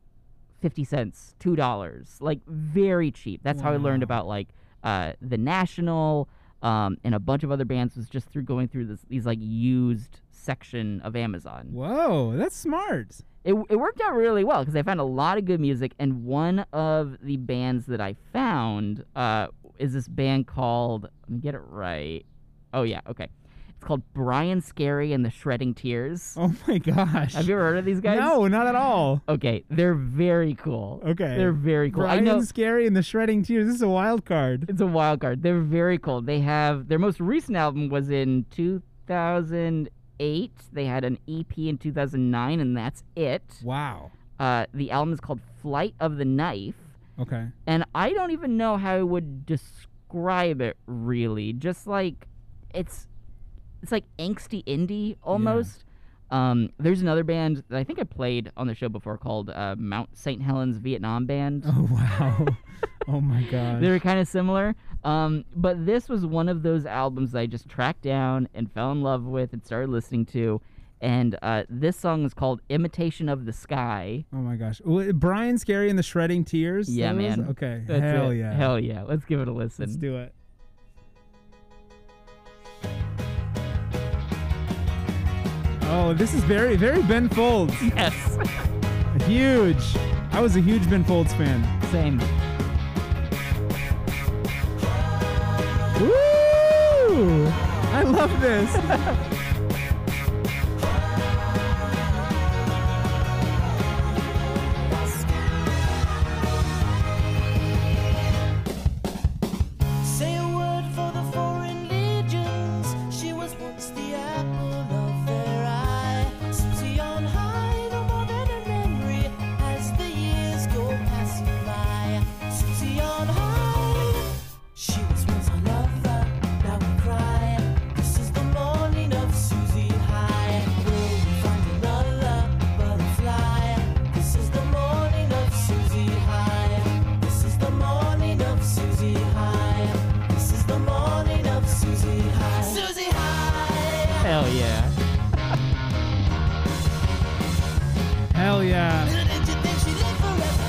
Speaker 1: 50 cents, $2, like very cheap. That's how I learned
Speaker 2: Wow.
Speaker 1: about like uh, The National um, and a bunch of other bands was just through going through this, these like used section of Amazon
Speaker 2: Whoa, that's smart.
Speaker 1: it, it worked out really well because I found a lot of good music. And one of the bands that I found uh, is this band called, let me get it right. Oh, yeah, okay. It's called Brian Scary and the Shredding Tears.
Speaker 2: Oh my gosh.
Speaker 1: Have you ever heard of these guys?
Speaker 2: No, not at all.
Speaker 1: Okay, they're very cool.
Speaker 2: Okay.
Speaker 1: They're very cool.
Speaker 2: Brian
Speaker 1: I know
Speaker 2: Scary and the Shredding Tears. This is a wild card.
Speaker 1: it's a wild card. They're very cool. They have their most recent album was in E 2008. They had an EP in 2009, and that's it.
Speaker 2: Wow.
Speaker 1: Uh, the album is called Flight of the Knife,
Speaker 2: Okay.
Speaker 1: and I don't even know how I would describe it really. Just like it's it's like angsty indie almost. Um, there's another band that I think I played on the show before called uh, Mount St. Helens Vietnam Band.
Speaker 2: Oh wow. oh my god.
Speaker 1: They were kind of similar. Um, but this was one of those albums that I just tracked down and fell in love with and started listening to. And uh, this song is called Imitation of the Sky.
Speaker 2: Oh my gosh. Well, Brian Scary and the Shredding Tears.
Speaker 1: Yeah,
Speaker 2: that was?
Speaker 1: man.
Speaker 2: Okay.
Speaker 1: That's
Speaker 2: Hell
Speaker 1: it.
Speaker 2: yeah.
Speaker 1: Hell yeah. Let's give it a listen.
Speaker 2: Let's do it. Oh, this is very, very Ben Folds.
Speaker 1: Yes.
Speaker 2: Huge. I was a huge Ben Folds fan.
Speaker 1: Same.
Speaker 2: Woo! I love this.
Speaker 4: Say a word for the foreign legions. She was once the apple of their eye. See on high, no more than a memory as the years go passing by. See on high, she was once a lover, now we cry. This is the morning of Susie High. Will we find another butterfly? This is the morning of Susie High. This is the morning of Susie High. This is the morning of Susie High. Susie High.
Speaker 1: Hell yeah.
Speaker 2: Hell yeah.
Speaker 4: Little did you think she lived forever.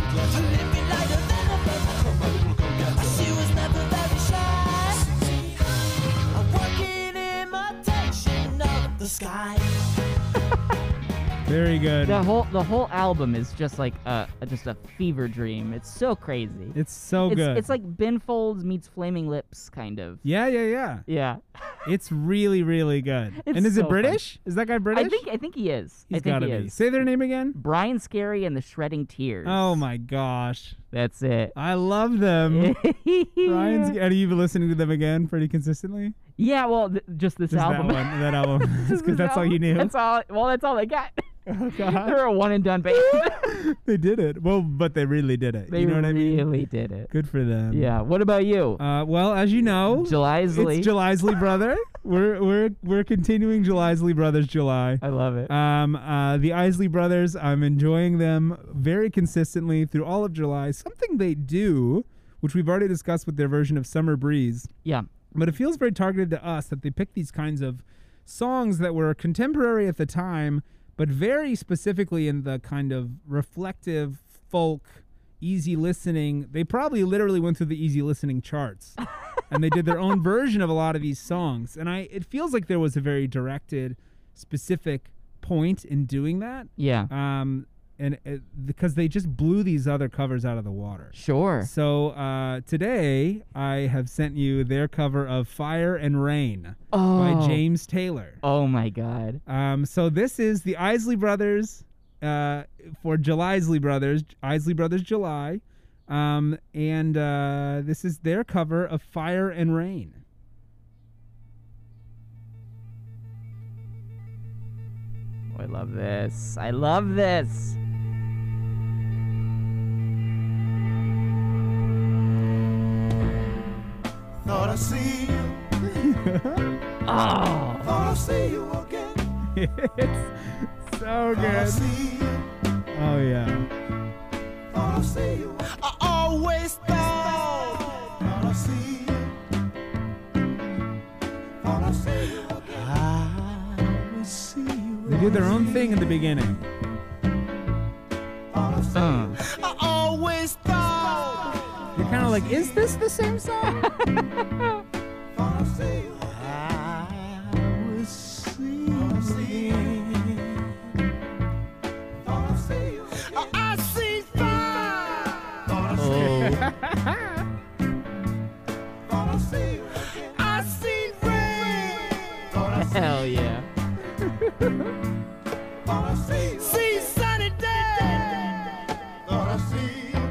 Speaker 4: A living lighter than a feather. She was never very shy. A working imitation of the sky.
Speaker 2: Very good.
Speaker 1: The whole the whole album is just like a, a- just a fever dream. It's so crazy.
Speaker 2: It's so
Speaker 1: it's,
Speaker 2: good.
Speaker 1: it's like Ben Folds meets Flaming Lips, kind of.
Speaker 2: yeah, yeah, yeah.
Speaker 1: Yeah.
Speaker 2: It's really, really good.
Speaker 1: It's
Speaker 2: and is
Speaker 1: so
Speaker 2: it
Speaker 1: fun.
Speaker 2: British? Is that guy British?
Speaker 1: I think I think he is.
Speaker 2: He's
Speaker 1: I think
Speaker 2: gotta
Speaker 1: he
Speaker 2: be.
Speaker 1: is.
Speaker 2: Say their name again.
Speaker 1: Brian Scary and the Shredding Tears.
Speaker 2: Oh my gosh.
Speaker 1: That's it.
Speaker 2: I love them. Brian's
Speaker 1: yeah.
Speaker 2: are you listening to them again pretty consistently?
Speaker 1: well, th- just this
Speaker 2: Just
Speaker 1: album.
Speaker 2: that one. That album.
Speaker 1: Just
Speaker 2: Because
Speaker 1: this
Speaker 2: that's all
Speaker 1: album.
Speaker 2: you knew.
Speaker 1: That's all. Well, that's all I got.
Speaker 2: Oh,
Speaker 1: They're
Speaker 2: God.
Speaker 1: a one and done band.
Speaker 2: they did it. Well, but they really did it.
Speaker 1: they
Speaker 2: you know what I
Speaker 1: really
Speaker 2: mean?
Speaker 1: did it.
Speaker 2: Good for them.
Speaker 1: Yeah. What about you?
Speaker 2: Uh, well, as you know,
Speaker 1: Julysley.
Speaker 2: it's Julysley brother. we're we're we're continuing Julysley brothers July.
Speaker 1: I love it.
Speaker 2: Um, uh, the Isley brothers, I'm enjoying them very consistently through all of July. Something they do, which we've already discussed with their version of Summer Breeze,
Speaker 1: yeah.
Speaker 2: but it feels very targeted to us that they pick these kinds of songs that were contemporary at the time, but very specifically in the kind of reflective folk, easy listening. They probably literally went through the easy listening charts. and they did their own version of a lot of these songs. And I it feels like there was a very directed, specific point in doing that.
Speaker 1: Yeah.
Speaker 2: Um and it, because they just blew these other covers out of the water.
Speaker 1: sure.
Speaker 2: So uh, today I have sent you their cover of "Fire and Rain" by
Speaker 1: Oh.
Speaker 2: James Taylor.
Speaker 1: Oh my God.
Speaker 2: Um, so this is the Isley Brothers uh, for Julysley Brothers, Isley Brothers July, um, and uh, this is their cover of "Fire and Rain."
Speaker 1: Oh, I love this. I love this.
Speaker 3: Thought I see you,
Speaker 1: Oh.
Speaker 3: thought I see you again.
Speaker 2: it's so
Speaker 3: Thought I
Speaker 2: good.
Speaker 3: see you,
Speaker 2: Oh yeah.
Speaker 3: thought I see you,
Speaker 4: I always thought
Speaker 3: thought I see you. Thought I see you again.
Speaker 4: I would see you.
Speaker 2: They do their own thing in the beginning.
Speaker 3: Thought I see
Speaker 1: Uh.
Speaker 3: you.
Speaker 4: I always thought
Speaker 2: You're kind of like, is this the same song?
Speaker 3: Thought I see you.
Speaker 4: I would
Speaker 2: Oh.
Speaker 3: Thought I see
Speaker 4: see.
Speaker 3: you. Thought I see you.
Speaker 4: I see fire.
Speaker 3: Thought I see you.
Speaker 1: Oh.
Speaker 3: Thought I see you again.
Speaker 4: I see rain.
Speaker 3: Thought I
Speaker 1: Oh.
Speaker 3: see
Speaker 1: Hell yeah.
Speaker 3: Thought I see you.
Speaker 4: See sunny day.
Speaker 3: Thought I see you.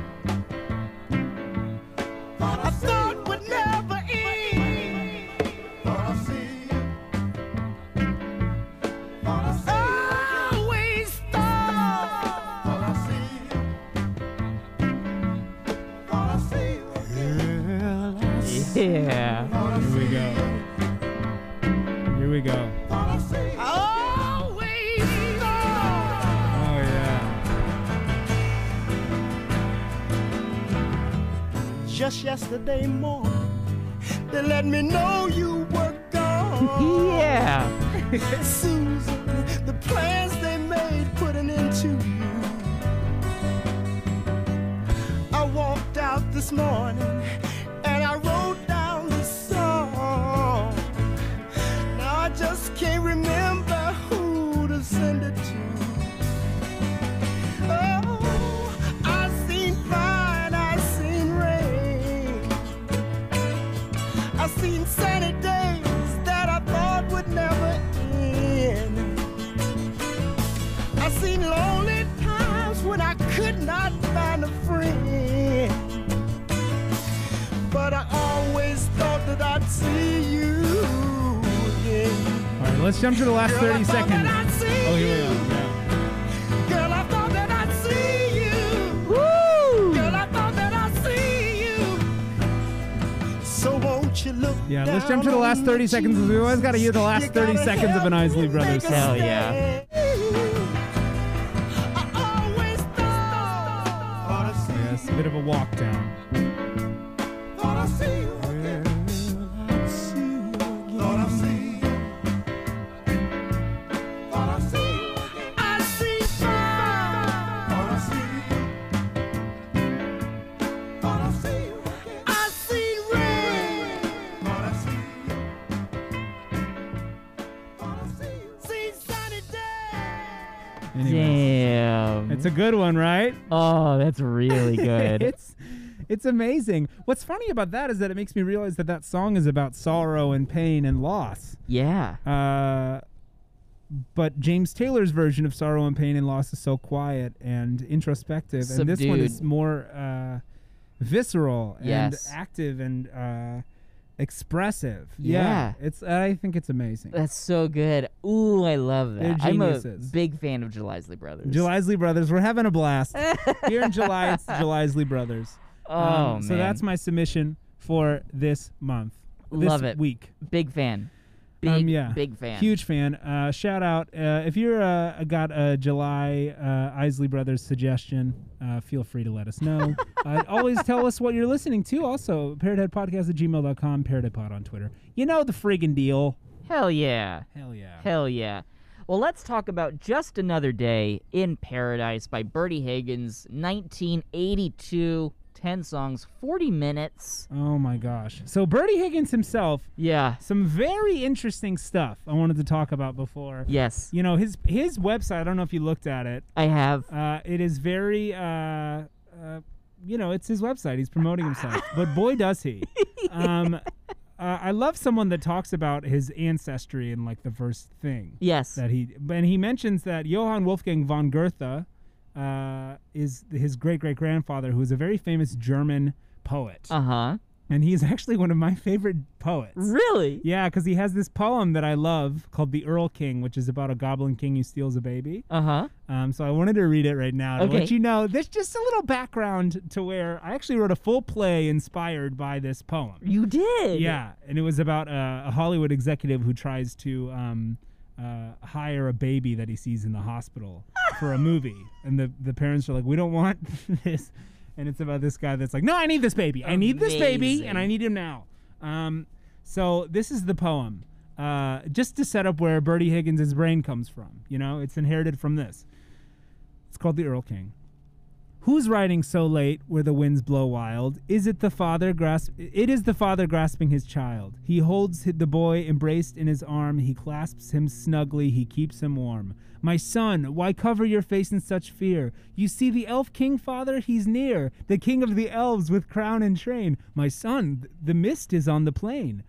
Speaker 3: Thought I
Speaker 4: I
Speaker 3: see you.
Speaker 4: thought would never end.
Speaker 3: Thought I see you. Thought I see you.
Speaker 4: Always thought
Speaker 3: Always on.
Speaker 2: Oh yeah.
Speaker 3: Just yesterday morning, they let me know you were
Speaker 1: Mm-hmm.
Speaker 3: gone.
Speaker 1: Yeah.
Speaker 3: Susan, the plans they made put an end to you. I walked out this morning and I wrote down the song. Now I just can't remember who to send it to. Oh, I seen fire, and I seen rain. I've seen sunny days that I thought would never end. I've seen lonely times when I could not find a friend. But I always thought that I'd see you again.
Speaker 2: All right, let's jump to the last
Speaker 3: Girl,
Speaker 2: 30
Speaker 3: I thought that
Speaker 2: seconds.
Speaker 3: I'd see
Speaker 2: Oh, here we are.
Speaker 3: you.
Speaker 2: Yeah.
Speaker 3: Girl, I thought that I'd see you.
Speaker 1: Woo!
Speaker 3: Girl, I thought that I'd see you. So won't you look
Speaker 2: Yeah, let's jump to the last 30 seconds. 'cause We always got to hear the last 30 seconds of an Isley Brothers song.
Speaker 1: Hell yeah.
Speaker 2: Yeah, it's a bit of a walk down. Anyways,
Speaker 1: Damn.
Speaker 2: it's a good one, right?
Speaker 1: oh, that's really good.
Speaker 2: it's it's amazing. What's funny about that is that it makes me realize that that song is about sorrow and pain and loss.
Speaker 1: yeah.
Speaker 2: Uh, but James Taylor's version of sorrow and pain and loss is so quiet and introspective, and this one
Speaker 1: Subdued.
Speaker 2: is more uh, visceral and
Speaker 1: Yes.
Speaker 2: active and uh, expressive.
Speaker 1: Yeah.
Speaker 2: it's. I think it's amazing.
Speaker 1: That's so good. Ooh, I love
Speaker 2: They're
Speaker 1: that. I'm a
Speaker 2: geniuses.
Speaker 1: big fan of July Isley Brothers.
Speaker 2: Jelisley Brothers, we're having a blast here in July. It's the Jelisley Brothers.
Speaker 1: Oh,
Speaker 2: Um,
Speaker 1: man.
Speaker 2: So that's my submission for this month. This
Speaker 1: Love it.
Speaker 2: Week.
Speaker 1: big fan. Big,
Speaker 2: Um, yeah.
Speaker 1: big fan.
Speaker 2: Huge fan. Uh, shout out uh, if you're uh, got a July uh, Isley Brothers suggestion. Uh, feel free to let us know. uh, always tell us what you're listening to. Also, parrotheadpodcast at gmail.com, parrotheadpod on Twitter. You know the friggin' deal.
Speaker 1: Hell yeah.
Speaker 2: Hell yeah.
Speaker 1: Hell yeah. Well, let's talk about Just Another Day in Paradise by Bertie Higgins, 1982. 10 songs, 40 minutes.
Speaker 2: Oh my gosh. So Bertie Higgins himself,
Speaker 1: Yeah.
Speaker 2: some very interesting stuff I wanted to talk about before.
Speaker 1: Yes,
Speaker 2: You know his his website. I don't know if you looked at it.
Speaker 1: I have.
Speaker 2: Uh, it is very, uh, uh, you know, it's his website. He's promoting himself, but boy does he. Um, uh, I love someone that talks about his ancestry in like the first thing
Speaker 1: Yes.
Speaker 2: that he, and he mentions that Johann Wolfgang von Goethe uh, is his great great grandfather, who is a very famous German poet,
Speaker 1: Uh huh.
Speaker 2: and he's actually one of my favorite poets.
Speaker 1: Really?
Speaker 2: Yeah, because he has this poem that I love called "The Earl King," which is about a goblin king who steals a baby.
Speaker 1: Uh huh.
Speaker 2: Um, so I wanted to read it right now to
Speaker 1: Okay.
Speaker 2: let you know. There's just a little background to where I actually wrote a full play inspired by this poem.
Speaker 1: You did.
Speaker 2: Yeah, and it was about uh, a Hollywood executive who tries to um, uh, hire a baby that he sees in the hospital for a movie, and the the parents are like, "We don't want this," and it's about this guy that's like, "No, I need this baby. I need this baby, and I
Speaker 1: Amazing.
Speaker 2: need him now." Um, so this is the poem. Uh, just to set up where Bertie Higgins' brain comes from, you know, it's inherited from this. It's called The Earl King. Who's riding so late where the winds blow wild? Is it the father grasp it is the father grasping his child. He holds hi- the boy embraced in his arm, he clasps him snugly, he keeps him warm. My son, why cover your face in such fear? You see the elf king father, he's near, the king of the elves with crown and train. My son, th- the mist is on the plain.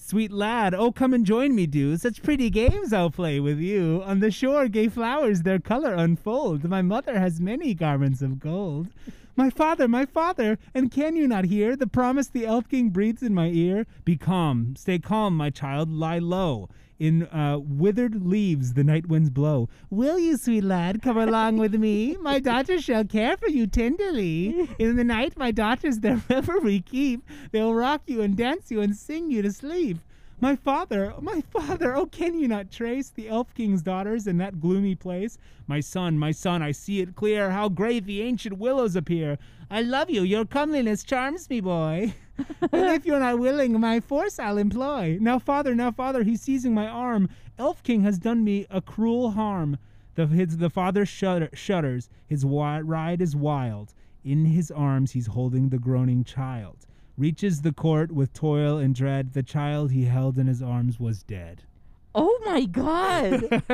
Speaker 2: Sweet lad, oh come and join me, do such pretty games I'll play with you. On the shore, gay flowers their color unfold. My mother has many garments of gold. My father, my father, and can you not hear the promise the elf king breathes in my ear? Be calm, stay calm, my child, lie low. In uh, withered leaves the night winds blow. Will you, sweet lad, come along with me? My daughter shall care for you tenderly. In the night, my daughters their reverie keep. They'll rock you and dance you and sing you to sleep. My father, my father, oh, can you not trace the Elf King's daughters in that gloomy place? My son, my son, I see it clear how gray the ancient willows appear. I love you, your comeliness charms me, boy. and if you're not willing, my force I'll employ. Now, father, now, father, he's seizing my arm. Elf King has done me a cruel harm. The, his, the father shudder, shudders. His wi- ride is wild. In his arms, he's holding the groaning child. Reaches the court with toil and dread. The child he held in his arms was dead.
Speaker 1: Oh my god.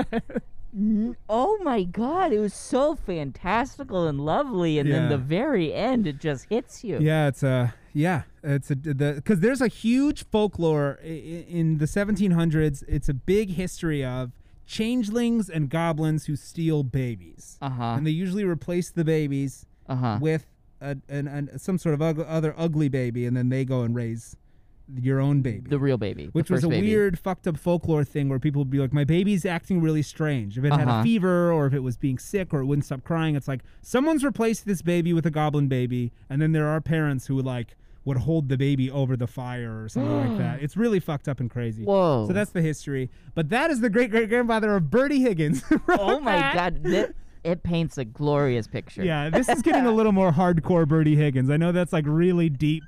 Speaker 1: N- oh my god, it was so fantastical and lovely and then
Speaker 2: Yeah.
Speaker 1: the very end it just hits you.
Speaker 2: Yeah, it's a yeah, it's a the because there's a huge folklore i- i- in the 1700s. It's a big history of changelings and goblins who steal babies,
Speaker 1: Uh-huh.
Speaker 2: and they usually replace the babies
Speaker 1: Uh-huh.
Speaker 2: with a, an, an some sort of ug- other ugly baby, and then they go and raise your own baby.
Speaker 1: The real baby. the
Speaker 2: which was
Speaker 1: first
Speaker 2: a
Speaker 1: baby.
Speaker 2: weird fucked up folklore thing where people would be like my baby's acting really strange if it had a
Speaker 1: Uh-huh.
Speaker 2: fever or if it was being sick or it wouldn't stop crying it's like someone's replaced this baby with a goblin baby and then there are parents who like would hold the baby over the fire or something like that it's really fucked up and crazy
Speaker 1: Whoa.
Speaker 2: so that's the history but that is the great great grandfather of bertie higgins
Speaker 1: Oh my god, that, it paints a glorious picture.
Speaker 2: yeah this is getting a little more hardcore bertie higgins i know that's like really deep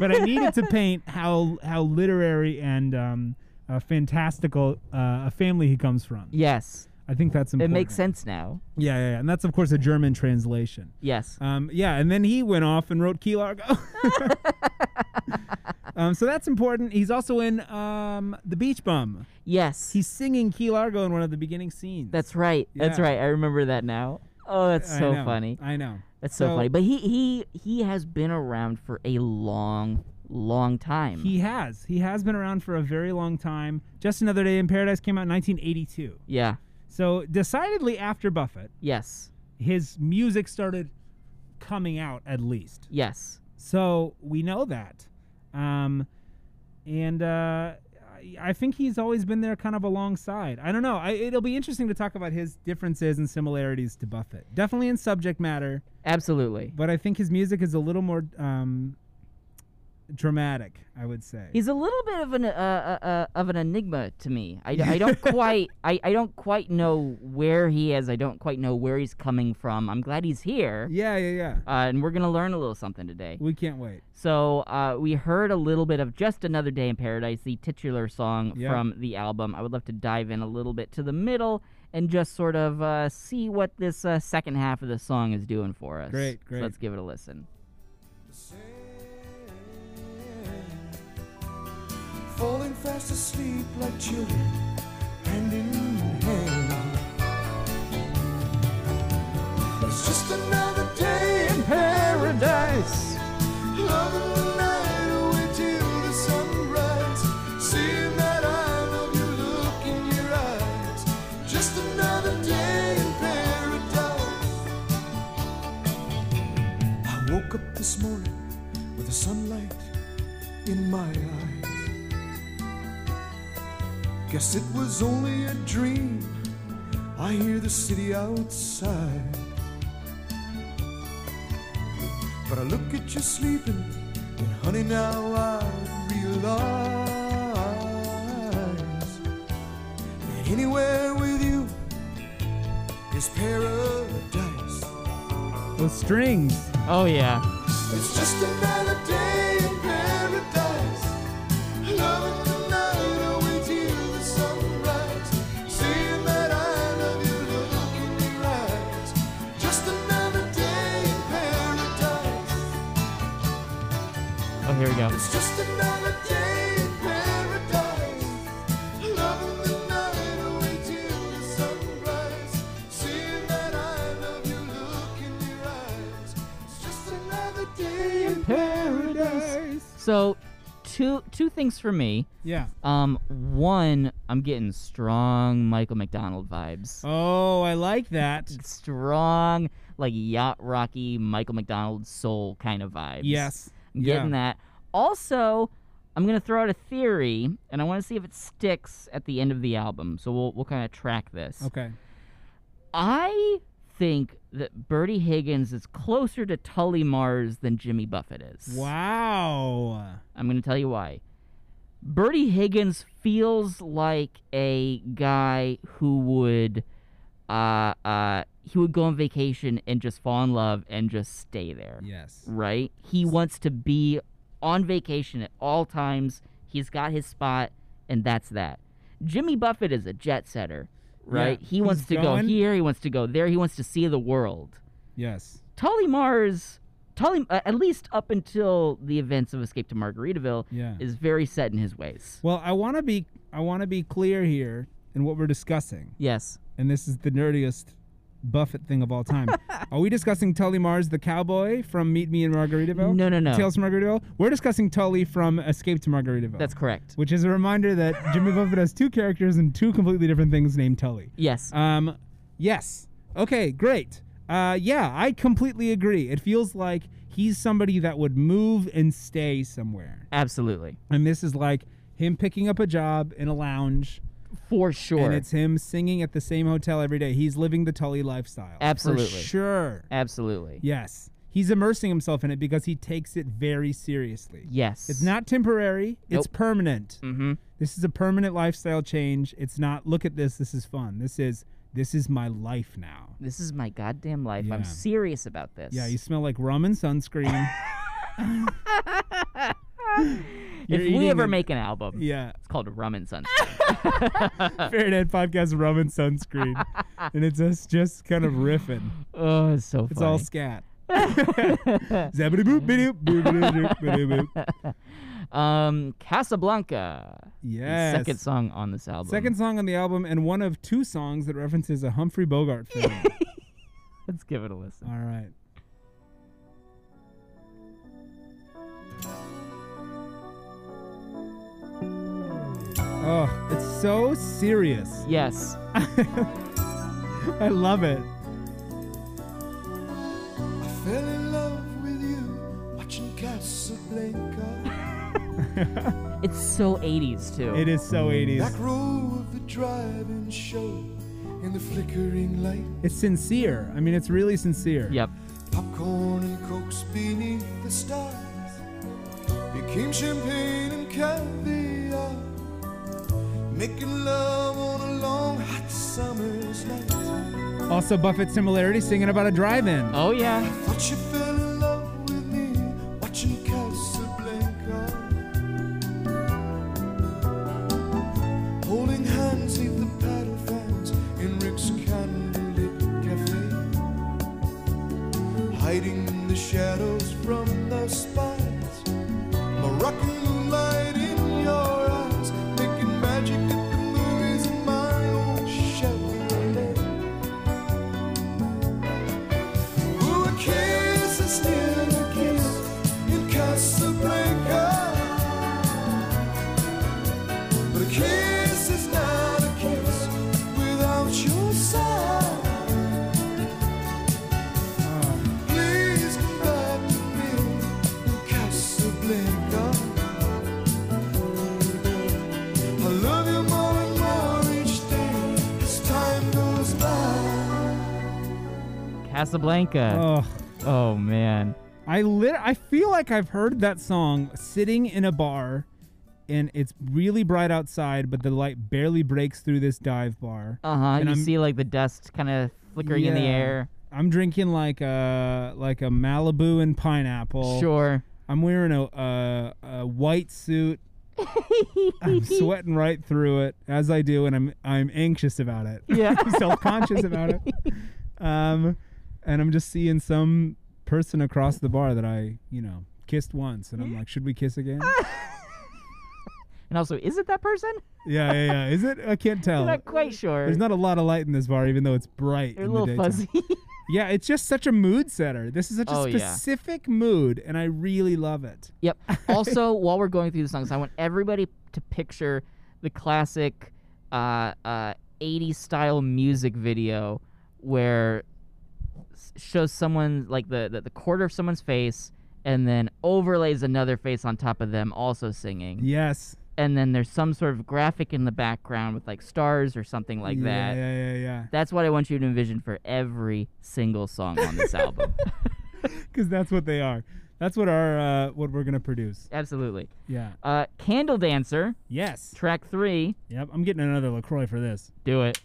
Speaker 2: but i needed to paint how how literary and um uh, fantastical uh, a family he comes from
Speaker 1: Yes.
Speaker 2: I think that's
Speaker 1: It
Speaker 2: important.
Speaker 1: makes sense now.
Speaker 2: Yeah, yeah, yeah. And that's, of course, a German translation.
Speaker 1: Yes.
Speaker 2: Um, yeah, and then he went off and wrote Key Largo. um, so that's important. He's also in um, The Beach Bum.
Speaker 1: yes.
Speaker 2: He's singing Key Largo in one of the beginning scenes.
Speaker 1: That's right. That's
Speaker 2: Yeah.
Speaker 1: right. I remember that now. Oh, that's
Speaker 2: I
Speaker 1: so
Speaker 2: know, Uh,
Speaker 1: funny.
Speaker 2: I know.
Speaker 1: That's so, funny. But he he he has been around for a long, long time.
Speaker 2: He has. He has been around for a very long time. Just Another Day in Paradise came out in 1982.
Speaker 1: yeah.
Speaker 2: So, decidedly after Buffett,
Speaker 1: Yes.
Speaker 2: his music started coming out at least.
Speaker 1: Yes.
Speaker 2: So we know that. Um, and uh, I- I think he's always been there kind of alongside. I don't know. I, it'll be interesting to talk about his differences and similarities to Buffett. Definitely in subject matter,
Speaker 1: Absolutely.
Speaker 2: but I think his music is a little more um, dramatic, I would say.
Speaker 1: He's a little bit of an uh, uh, uh, of an enigma to me. I, I don't quite I, I don't quite know where he is. I don't quite know where he's coming from. I'm glad he's here.
Speaker 2: yeah, yeah, yeah.
Speaker 1: Uh, and we're gonna learn a little something today.
Speaker 2: We can't wait.
Speaker 1: So uh, we heard a little bit of "Just Another Day in Paradise," the titular song
Speaker 2: Yeah.
Speaker 1: from the album. I would love to dive in a little bit to the middle and just sort of uh, see what this uh, second half of the song is doing for us.
Speaker 2: Great,
Speaker 1: So
Speaker 2: great.
Speaker 1: let's give it a listen.
Speaker 3: Falling fast asleep like children, hand in hand. It's just another day in paradise. Love the night away till the sunrise. Seeing that I love you look in your eyes. Just another day in paradise. I woke up this morning with the sunlight in my eyes. Guess it was only a dream. I hear the city outside. But I look at you sleeping, and honey, now I realize that anywhere with you is paradise.
Speaker 2: Those strings.
Speaker 1: Oh yeah,
Speaker 3: It's just another day in paradise. Loving the night away till the sunrise. Seeing that I love you, look in your eyes. Just another day in paradise.
Speaker 1: oh here we go.
Speaker 3: It's just another day in paradise. Loving the night away till the sunrise. Seeing that I love you, look in your eyes. It's just another day in paradise.
Speaker 1: So, two two things for me.
Speaker 2: Yeah.
Speaker 1: Um, one, I'm getting strong Michael McDonald vibes.
Speaker 2: Oh, I like that.
Speaker 1: Strong like yacht rocky Michael McDonald soul kind of vibes.
Speaker 2: Yes.
Speaker 1: I'm getting
Speaker 2: yeah.
Speaker 1: that. Also, I'm gonna throw out a theory, and I want to see if it sticks at the end of the album. So we'll we'll kind of track this.
Speaker 2: Okay.
Speaker 1: I think that Bertie Higgins is closer to Tully Mars than Jimmy Buffett is.
Speaker 2: Wow.
Speaker 1: I'm gonna tell you why. Bertie Higgins feels like a guy who would uh uh he would go on vacation and just fall in love and just stay there.
Speaker 2: Yes.
Speaker 1: Right? He wants to be on vacation at all times. He's got his spot and that's that. Jimmy Buffett is a jet setter, right?
Speaker 2: Yeah,
Speaker 1: He wants
Speaker 2: he's
Speaker 1: to
Speaker 2: going-
Speaker 1: go here, he wants to go there, he wants to see the world.
Speaker 2: Yes.
Speaker 1: Tully Mars, Tully, uh, at least up until the events of Escape to Margaritaville,
Speaker 2: Yeah.
Speaker 1: is very set in his ways.
Speaker 2: Well, I want to be I want to be clear here in what we're discussing,
Speaker 1: Yes.
Speaker 2: and this is the nerdiest Buffett thing of all time. Are we discussing Tully Mars, the cowboy from Meet Me in Margaritaville?
Speaker 1: No, no, no.
Speaker 2: Tales from Margaritaville. We're discussing Tully from Escape to Margaritaville.
Speaker 1: That's correct.
Speaker 2: Which is a reminder that Jimmy Buffett has two characters and two completely different things named Tully.
Speaker 1: Yes.
Speaker 2: Um, yes. Okay, great. Uh, yeah, I completely agree. It feels like he's somebody that would move and stay somewhere.
Speaker 1: absolutely.
Speaker 2: And this is like him picking up a job in a lounge
Speaker 1: For sure.
Speaker 2: and it's him singing at the same hotel every day. He's living the Tully lifestyle. for
Speaker 1: Absolutely.
Speaker 2: sure.
Speaker 1: absolutely.
Speaker 2: Yes. He's immersing himself in it because he takes it very seriously.
Speaker 1: Yes.
Speaker 2: It's not temporary, it's
Speaker 1: Nope.
Speaker 2: permanent.
Speaker 1: Mm-hmm.
Speaker 2: This is a permanent lifestyle change. It's not look at this, this is fun. This is this is my life now.
Speaker 1: This is my goddamn life.
Speaker 2: Yeah.
Speaker 1: I'm serious about this.
Speaker 2: Yeah, you smell like rum and sunscreen. You're
Speaker 1: if
Speaker 2: eating
Speaker 1: we ever
Speaker 2: an-
Speaker 1: make an album,
Speaker 2: yeah.
Speaker 1: it's called Rum and Sun.
Speaker 2: Fahrenheit podcast rum and sunscreen. and it's us just kind of riffing.
Speaker 1: oh, it's so funny.
Speaker 2: It's all scat. Zabbity boop boop boop boop boop boop.
Speaker 1: um, Casablanca. the
Speaker 2: Yes.
Speaker 1: Second song on this album.
Speaker 2: Second song on the album and one of two songs that references a Humphrey Bogart film.
Speaker 1: Let's give it a listen.
Speaker 2: All right. Oh, it's so serious.
Speaker 1: Yes.
Speaker 2: I love it.
Speaker 3: I fell in love with you watching Casablanca.
Speaker 1: It's so 80s, too.
Speaker 2: It is so 80s.
Speaker 3: Back row of the drive-in show in the flickering light.
Speaker 2: It's sincere. I mean, it's really sincere.
Speaker 1: Yep.
Speaker 3: Popcorn and cokes beneath the stars became champagne and caviar. Making love on a long hot summer's night.
Speaker 2: Also, Buffett similarity singing about a drive-in.
Speaker 1: Oh, yeah.
Speaker 3: Thought you fell in love with me watching Casablanca. Holding hands neath the paddle fans in Rick's candlelit cafe. Hiding in the shadows from the spies. Moroccan moonlight in your eyes. Making magic at the movies in my old Chevrolet. Ooh, a kiss is still a kiss in Casablanca. But a kiss is not a kiss without your side. Please come back to me in Casablanca. I love you more and more each day as time goes by.
Speaker 1: Casablanca.
Speaker 2: Oh,
Speaker 1: Oh, man.
Speaker 2: I lit. I feel like I've heard that song sitting in a bar, and it's really bright outside, but the light barely breaks through this dive bar.
Speaker 1: Uh huh.
Speaker 2: And
Speaker 1: You
Speaker 2: I'm-
Speaker 1: see, like, the dust kind of flickering in the
Speaker 2: Yeah.
Speaker 1: air.
Speaker 2: I'm drinking like a like a Malibu and pineapple.
Speaker 1: Sure.
Speaker 2: I'm wearing a a, a white suit. I'm sweating right through it as I do, and I'm I'm anxious about it.
Speaker 1: Yeah.
Speaker 2: I'm self-conscious about it. Um, and I'm just seeing some person across the bar that I you know kissed once, and I'm like, should we kiss again?
Speaker 1: And also, is it that person?
Speaker 2: yeah, yeah, yeah. Is it? I can't tell.
Speaker 1: I'm not quite sure.
Speaker 2: There's not a lot of light in this bar, even though it's bright.
Speaker 1: They're a
Speaker 2: in
Speaker 1: little
Speaker 2: the daytime.
Speaker 1: fuzzy.
Speaker 2: Yeah, it's just such a mood setter. This is such
Speaker 1: Oh,
Speaker 2: a
Speaker 1: yeah.
Speaker 2: specific mood, and I really love it.
Speaker 1: yep. Also, while we're going through the songs, I want everybody to picture the classic uh, uh, 80s style music video where s- shows someone like the, the, the quarter of someone's face and then overlays another face on top of them also singing.
Speaker 2: Yes.
Speaker 1: And then there's some sort of graphic in the background with like stars or something like
Speaker 2: yeah,
Speaker 1: that.
Speaker 2: Yeah, yeah, yeah.
Speaker 1: That's what I want you to envision for every single song on this album.
Speaker 2: Because that's what they are. That's what our uh, what we're gonna produce.
Speaker 1: Absolutely.
Speaker 2: Yeah.
Speaker 1: Uh, Candle Dancer,
Speaker 2: Yes.
Speaker 1: track three.
Speaker 2: Yep. I'm getting another Lacroix for this.
Speaker 1: Do it.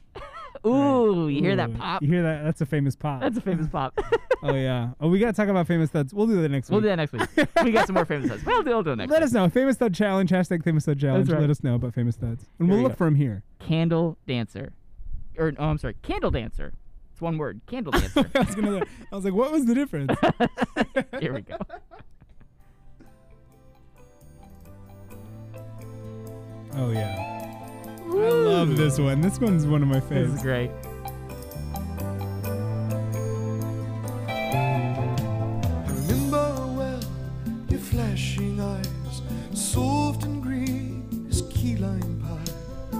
Speaker 1: Ooh, you hear that
Speaker 2: Ooh,
Speaker 1: pop?
Speaker 2: You hear that? That's a famous pop.
Speaker 1: That's a famous pop.
Speaker 2: oh yeah. Oh, we gotta talk about famous thuds. We'll do that next
Speaker 1: we'll
Speaker 2: week.
Speaker 1: do that next week. We got some more famous ones. We'll do, we'll do it next.
Speaker 2: Let
Speaker 1: week.
Speaker 2: us know. Famous Thud Challenge, hashtag famous thud challenge.
Speaker 1: right.
Speaker 2: Let us know about famous thuds. And we'll
Speaker 1: you
Speaker 2: look
Speaker 1: go.
Speaker 2: for 'em here.
Speaker 1: Candle Dancer, or oh, I'm sorry, Candle Dancer. It's one word. Candle Dancer.
Speaker 2: I was gonna I was like, what was the difference?
Speaker 1: Here we go.
Speaker 2: oh yeah. I love this one. This one's one of my
Speaker 1: This is
Speaker 2: favorites.
Speaker 1: great.
Speaker 3: Remember well your flashing eyes, soft and green as key lime pie.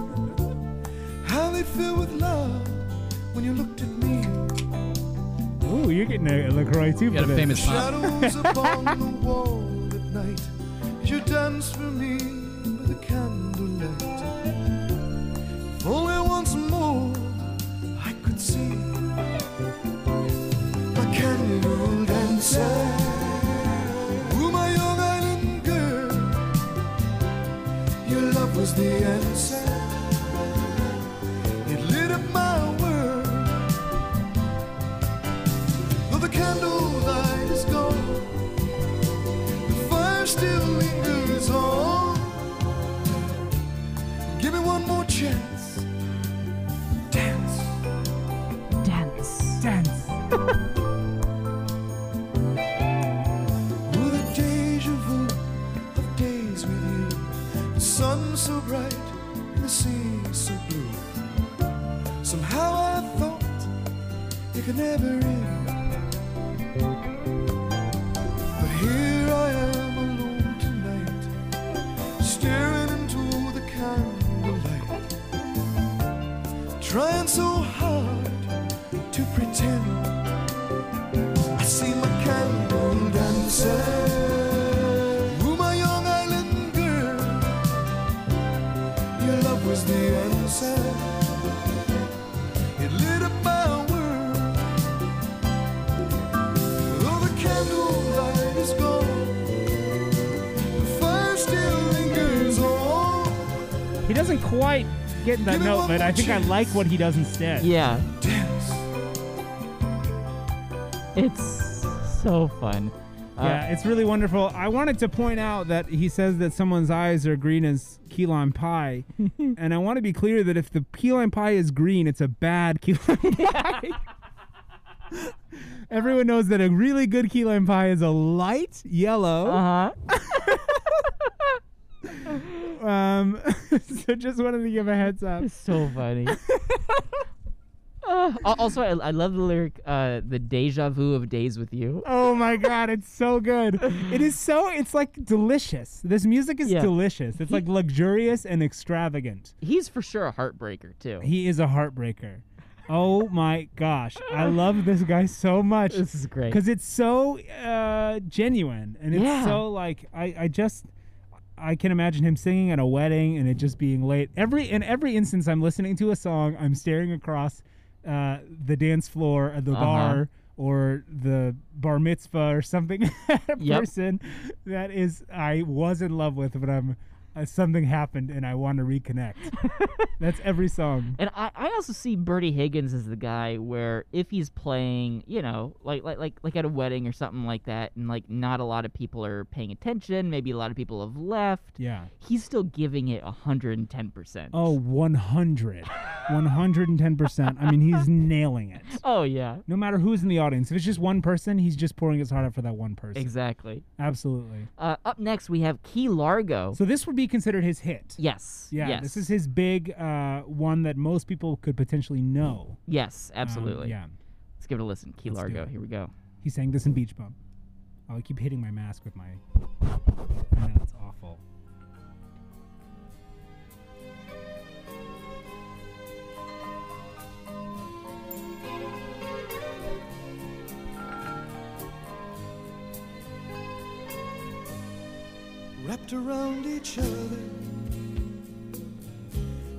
Speaker 3: How they fill with love when you looked at me.
Speaker 2: Ooh, you're getting a Lacroix too
Speaker 5: got
Speaker 2: for
Speaker 5: a
Speaker 2: this.
Speaker 5: famous pop.
Speaker 3: Shadows upon the wall at night as you dance for me by the candlelight. If only once more I could see a candle dancer. Ooh, my young island girl, your love was the answer. It lit up my world. Though the candlelight is gone, the fire still lingers on. Give me one more chance. Dance.
Speaker 1: Dance.
Speaker 2: Dance.
Speaker 3: With a deja vu of days with you. The sun so bright and the sea so blue. Somehow I thought it could never end. But here I am alone tonight, staring into the candlelight, trying so hard to pretend. I see my candle dancer. Ooh, my young island girl. Your love was the answer. It lit up my world. Though the candlelight is gone, the fire still lingers on.
Speaker 2: He doesn't quite get that
Speaker 3: Give me
Speaker 2: note,
Speaker 3: one
Speaker 2: but I
Speaker 3: more
Speaker 2: think I
Speaker 3: chance.
Speaker 2: like what he does instead.
Speaker 1: Yeah,
Speaker 3: Dance.
Speaker 1: it's so fun. Uh,
Speaker 2: Yeah, it's really wonderful. I wanted to point out that he says that someone's eyes are green as key lime pie, and I want to be clear that if the key lime pie is green, it's a bad key lime pie. Everyone knows that a really good key lime pie is a light yellow.
Speaker 1: Uh huh.
Speaker 5: Uh-huh.
Speaker 2: Um, so just wanted to give a heads up.
Speaker 1: It's so funny. Uh, al- also, I, I love the lyric, uh, "The deja vu of days with you."
Speaker 2: Oh my god, it's so good. It is so it's like delicious. This music is
Speaker 1: Yeah.
Speaker 2: delicious. It's like luxurious and extravagant.
Speaker 1: He's for sure a heartbreaker too.
Speaker 2: He is a heartbreaker. Oh my gosh, I love this guy so much
Speaker 1: This is great.
Speaker 2: because it's so uh, genuine and it's
Speaker 1: Yeah.
Speaker 2: so like I, I just I can imagine him singing at a wedding and it just being late. Every in every instance, I'm listening to a song, I'm staring across uh, the dance floor, at the
Speaker 1: Uh-huh.
Speaker 2: bar, or the bar mitzvah or something. at a
Speaker 1: Yep.
Speaker 2: person that is I was in love with, but I'm. Uh, something happened and I want to reconnect. That's every song.
Speaker 1: And I, I also see Bertie Higgins as the guy where if he's playing, you know, like like like like at a wedding or something like that, and like not a lot of people are paying attention, maybe a lot of people have left.
Speaker 2: Yeah.
Speaker 1: He's still giving it hundred and ten percent.
Speaker 2: Oh, 100. 110%. I mean, he's nailing it.
Speaker 1: Oh yeah.
Speaker 2: No matter who's in the audience, if it's just one person, he's just pouring his heart out for that one person.
Speaker 1: Exactly.
Speaker 2: Absolutely.
Speaker 1: Uh, up next we have Key Largo.
Speaker 2: So this would be considered his hit.
Speaker 1: yes.
Speaker 2: Yeah,
Speaker 1: yes.
Speaker 2: this is his big uh, one that most people could potentially know.
Speaker 1: Yes,
Speaker 2: Um,
Speaker 1: absolutely.
Speaker 2: yeah.
Speaker 1: Let's give it a listen. Key
Speaker 2: Let's do
Speaker 1: Largo.
Speaker 2: it.
Speaker 1: Here we go.
Speaker 2: He sang this in Beach Bum. Oh, I keep hitting my mask with my. I know, it's awful.
Speaker 3: wrapped around each other,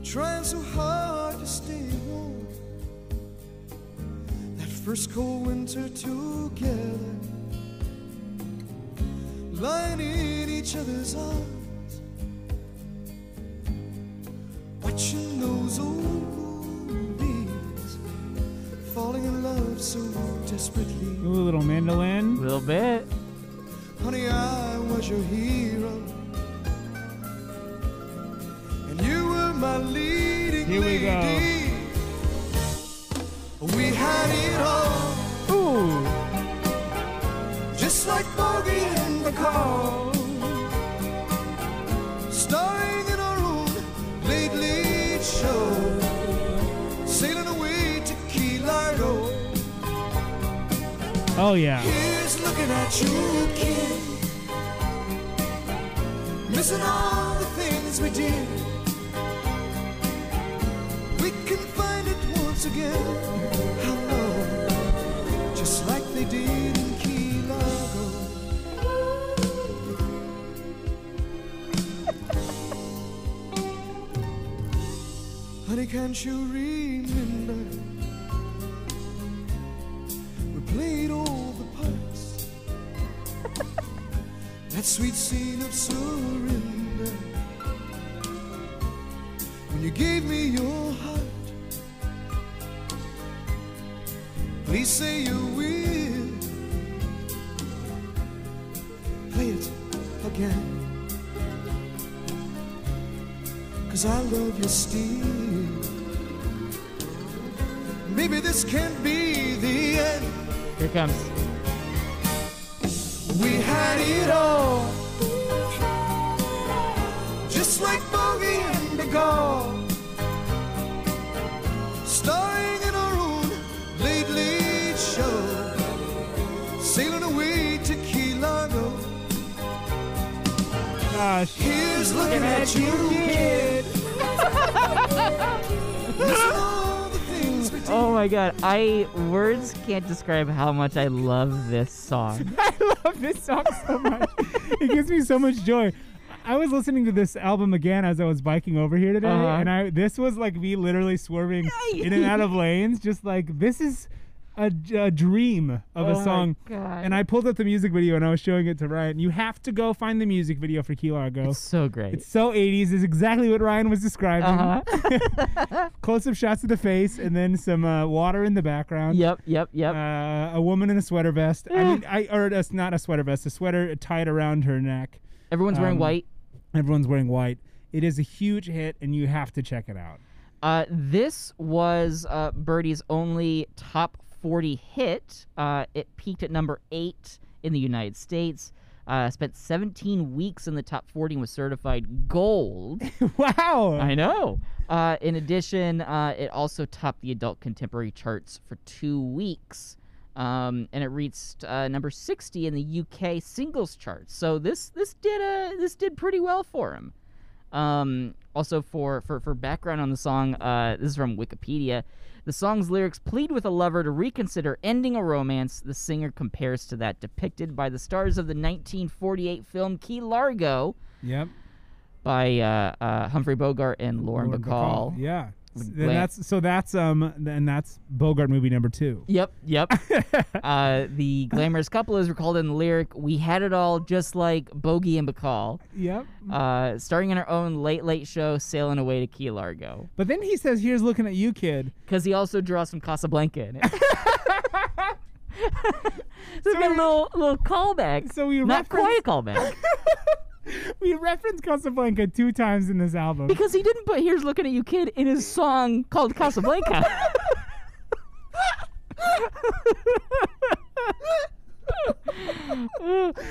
Speaker 3: trying so hard to stay warm. That first cold winter together, lying in each other's arms, watching those old movies, falling in love so desperately.
Speaker 2: Ooh, little mandolin.
Speaker 1: little bit.
Speaker 3: Honey, I was your hero. And you were my leading
Speaker 2: Here we go.
Speaker 3: lady. We had it all,
Speaker 2: Ooh.
Speaker 3: just like Bogey and McCall. Starring in our own late, late show. Sailing away to Key Largo.
Speaker 2: Oh yeah.
Speaker 3: Here's looking at you, kid. Missing all the things we did. We can find it once again. How low, just like they did in Key Largo. Honey, can't you remember? We played all the parts. that sweet scene of surrender. When you gave me your heart. Please say you will. Play it again. Cause I love you still. Maybe this can't be the end.
Speaker 1: Here comes.
Speaker 3: We had it all. Just like Bogey and DeGaulle. Starring in our own late, late show. Sailing away to Key Largo.
Speaker 2: Gosh.
Speaker 3: Here's looking at you, kid. Listen to all the things we did.
Speaker 1: Oh my god, I words can't describe how much I love this song.
Speaker 2: I love this song so much. it gives me so much joy. I was listening to this album again as I was biking over here today,
Speaker 1: Uh-huh.
Speaker 2: and I this was like me literally swerving in and out of lanes, just like this is a, a dream of
Speaker 1: Oh
Speaker 2: a
Speaker 1: my
Speaker 2: song.
Speaker 1: God.
Speaker 2: And I pulled up the music video and I was showing it to Ryan. You have to go find the music video for Key Largo.
Speaker 1: It's so great.
Speaker 2: It's so 80s. Is exactly what Ryan was describing.
Speaker 1: uh-huh.
Speaker 2: Close-up shots of the face, and then some uh, water in the background.
Speaker 1: yep, yep, yep.
Speaker 2: Uh, a woman in a sweater vest. I mean, I or it's not a sweater vest, a sweater tied around her neck.
Speaker 1: Everyone's wearing
Speaker 2: um,
Speaker 1: white.
Speaker 2: Everyone's wearing white. It is a huge hit, and you have to check it out.
Speaker 1: Uh, this was uh, Birdie's only top 40 hit. Uh, it peaked at number eight in the United States. Uh, spent 17 weeks in the top 40 and was certified gold.
Speaker 2: wow.
Speaker 1: I know. Uh, in addition, uh, it also topped the adult contemporary charts for two weeks, um, and it reached uh, number 60 in the UK singles charts. So this this did a this did pretty well for him. Um, also, for, for, for background on the song, uh, this is from Wikipedia. The song's lyrics plead with a lover to reconsider ending a romance. The singer compares to that depicted by the stars of the 1948 film Key Largo
Speaker 2: yep.
Speaker 1: by uh, uh, Humphrey Bogart and Lauren,
Speaker 2: Lauren
Speaker 1: Bacall.
Speaker 2: Bacall. Yeah. S-
Speaker 1: Glenn-
Speaker 2: Then that's so that's um then that's Bogart movie number two.
Speaker 1: Yep, yep. uh, the glamorous couple is recalled in the lyric, We had it all just like Bogey and Bacall,
Speaker 2: Yep.
Speaker 1: uh, starting in her own late, late show, sailing away to Key Largo.
Speaker 2: But then he says, "Here's looking at you, kid."
Speaker 1: Because he also draws some Casablanca in it. so we got a little, little callback.
Speaker 2: so we
Speaker 1: Not quite a
Speaker 2: referenced-
Speaker 1: callback.
Speaker 2: We reference Casablanca two times in this album.
Speaker 1: Because he didn't put Here's Looking at You Kid in his song called Casablanca.
Speaker 2: I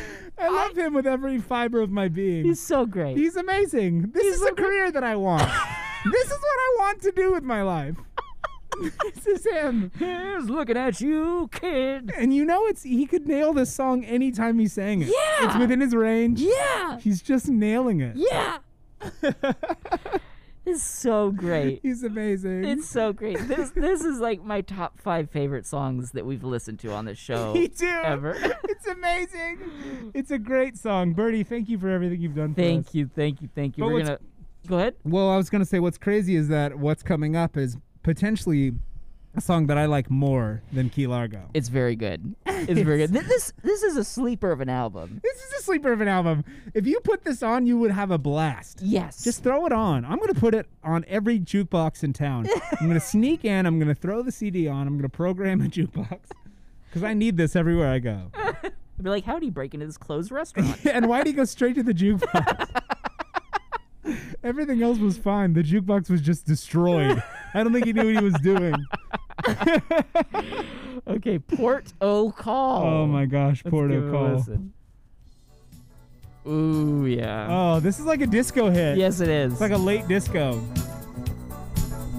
Speaker 2: love him with every fiber of my being.
Speaker 1: He's so great.
Speaker 2: He's amazing. This is a career that I want. this is what I want to do with my life. this is him.
Speaker 1: Here's looking at you, kid.
Speaker 2: And you know it's he could nail this song anytime he sang it.
Speaker 1: Yeah.
Speaker 2: It's within his range.
Speaker 1: Yeah.
Speaker 2: He's just nailing it.
Speaker 1: Yeah. it's so great.
Speaker 2: He's amazing.
Speaker 1: It's so great. This this is like my top five favorite songs that we've listened to on this show.
Speaker 2: Me too.
Speaker 1: Ever.
Speaker 2: It's amazing. It's a great song. Bertie, thank you for everything you've done for us.
Speaker 1: Thank you, thank you, thank you.
Speaker 2: But
Speaker 1: We're
Speaker 2: what's-
Speaker 1: gonna go ahead.
Speaker 2: Well, I was going to say what's crazy is that what's coming up is potentially a song that I like more than Key Largo.
Speaker 1: It's very good. It's very good. Th- This this is a sleeper of an album.
Speaker 2: This is a sleeper of an album. If you put this on, you would have a blast.
Speaker 1: Yes.
Speaker 2: Just throw it on. I'm going to put it on every jukebox in town. I'm going to sneak in. I'm going to throw the CD on. I'm going to program a jukebox because I need this everywhere I go.
Speaker 1: I'd be like, how would he break into this closed restaurant?
Speaker 2: and why do you go straight to the jukebox? Everything else was fine. The jukebox was just destroyed. I don't think he knew what he was doing.
Speaker 1: okay, Port O'Call.
Speaker 2: Oh my gosh,
Speaker 1: Let's
Speaker 2: Porto
Speaker 1: give it a
Speaker 2: Call.
Speaker 1: listen. Ooh yeah.
Speaker 2: Oh, this is like a disco hit.
Speaker 1: yes, it is.
Speaker 2: It's like a late disco.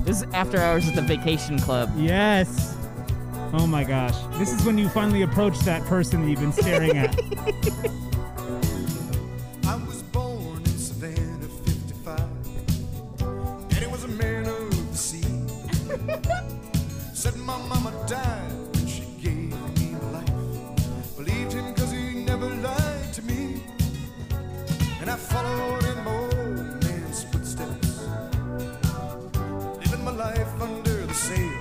Speaker 1: this is after hours at the Vacation Club.
Speaker 2: Yes. Oh my gosh. This is when you finally approach that person that you've been staring at.
Speaker 3: I was born in Savannah, 55. And it was a man of the sea. Said my mama died when she gave me life. Believed him because he never lied to me. And I followed in my old man's footsteps. Living my life under the sail.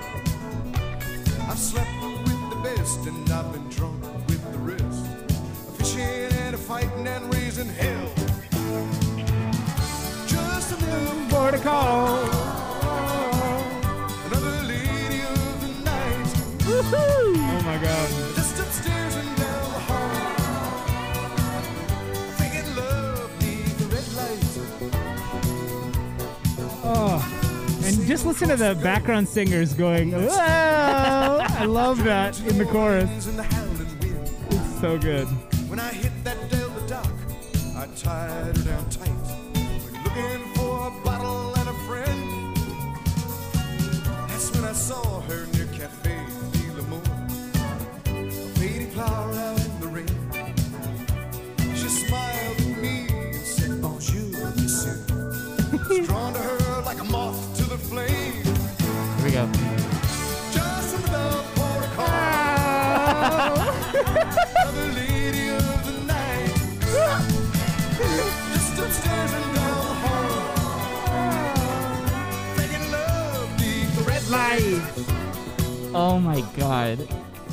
Speaker 3: I've slept with the best and I've been drunk with the rest. A fishing and a fighting and raising hell. Just a little
Speaker 2: More to call.
Speaker 3: another lady of the night.
Speaker 2: Oh my god.
Speaker 3: Just upstairs and down the hall. Thinking love needs a red light.
Speaker 2: Oh. And just listen to the background singers going, Whoa! I love that in the chorus.
Speaker 3: Winds and the howling wind.
Speaker 2: It's so good.
Speaker 3: When I hit that Delta dock, I tied her down tight. Went Looking for a bottle and a friend. That's when I saw her near Cafe de l'Amour. A faded flower out in the rain. She smiled at me and said, Bonjour, monsieur. I was drawn to her like a moth to the flame.
Speaker 1: Here we go.
Speaker 3: Just another port of call. Another lady of the night. Just upstairs and down the hall. Making love needs the red light.
Speaker 1: Oh my god.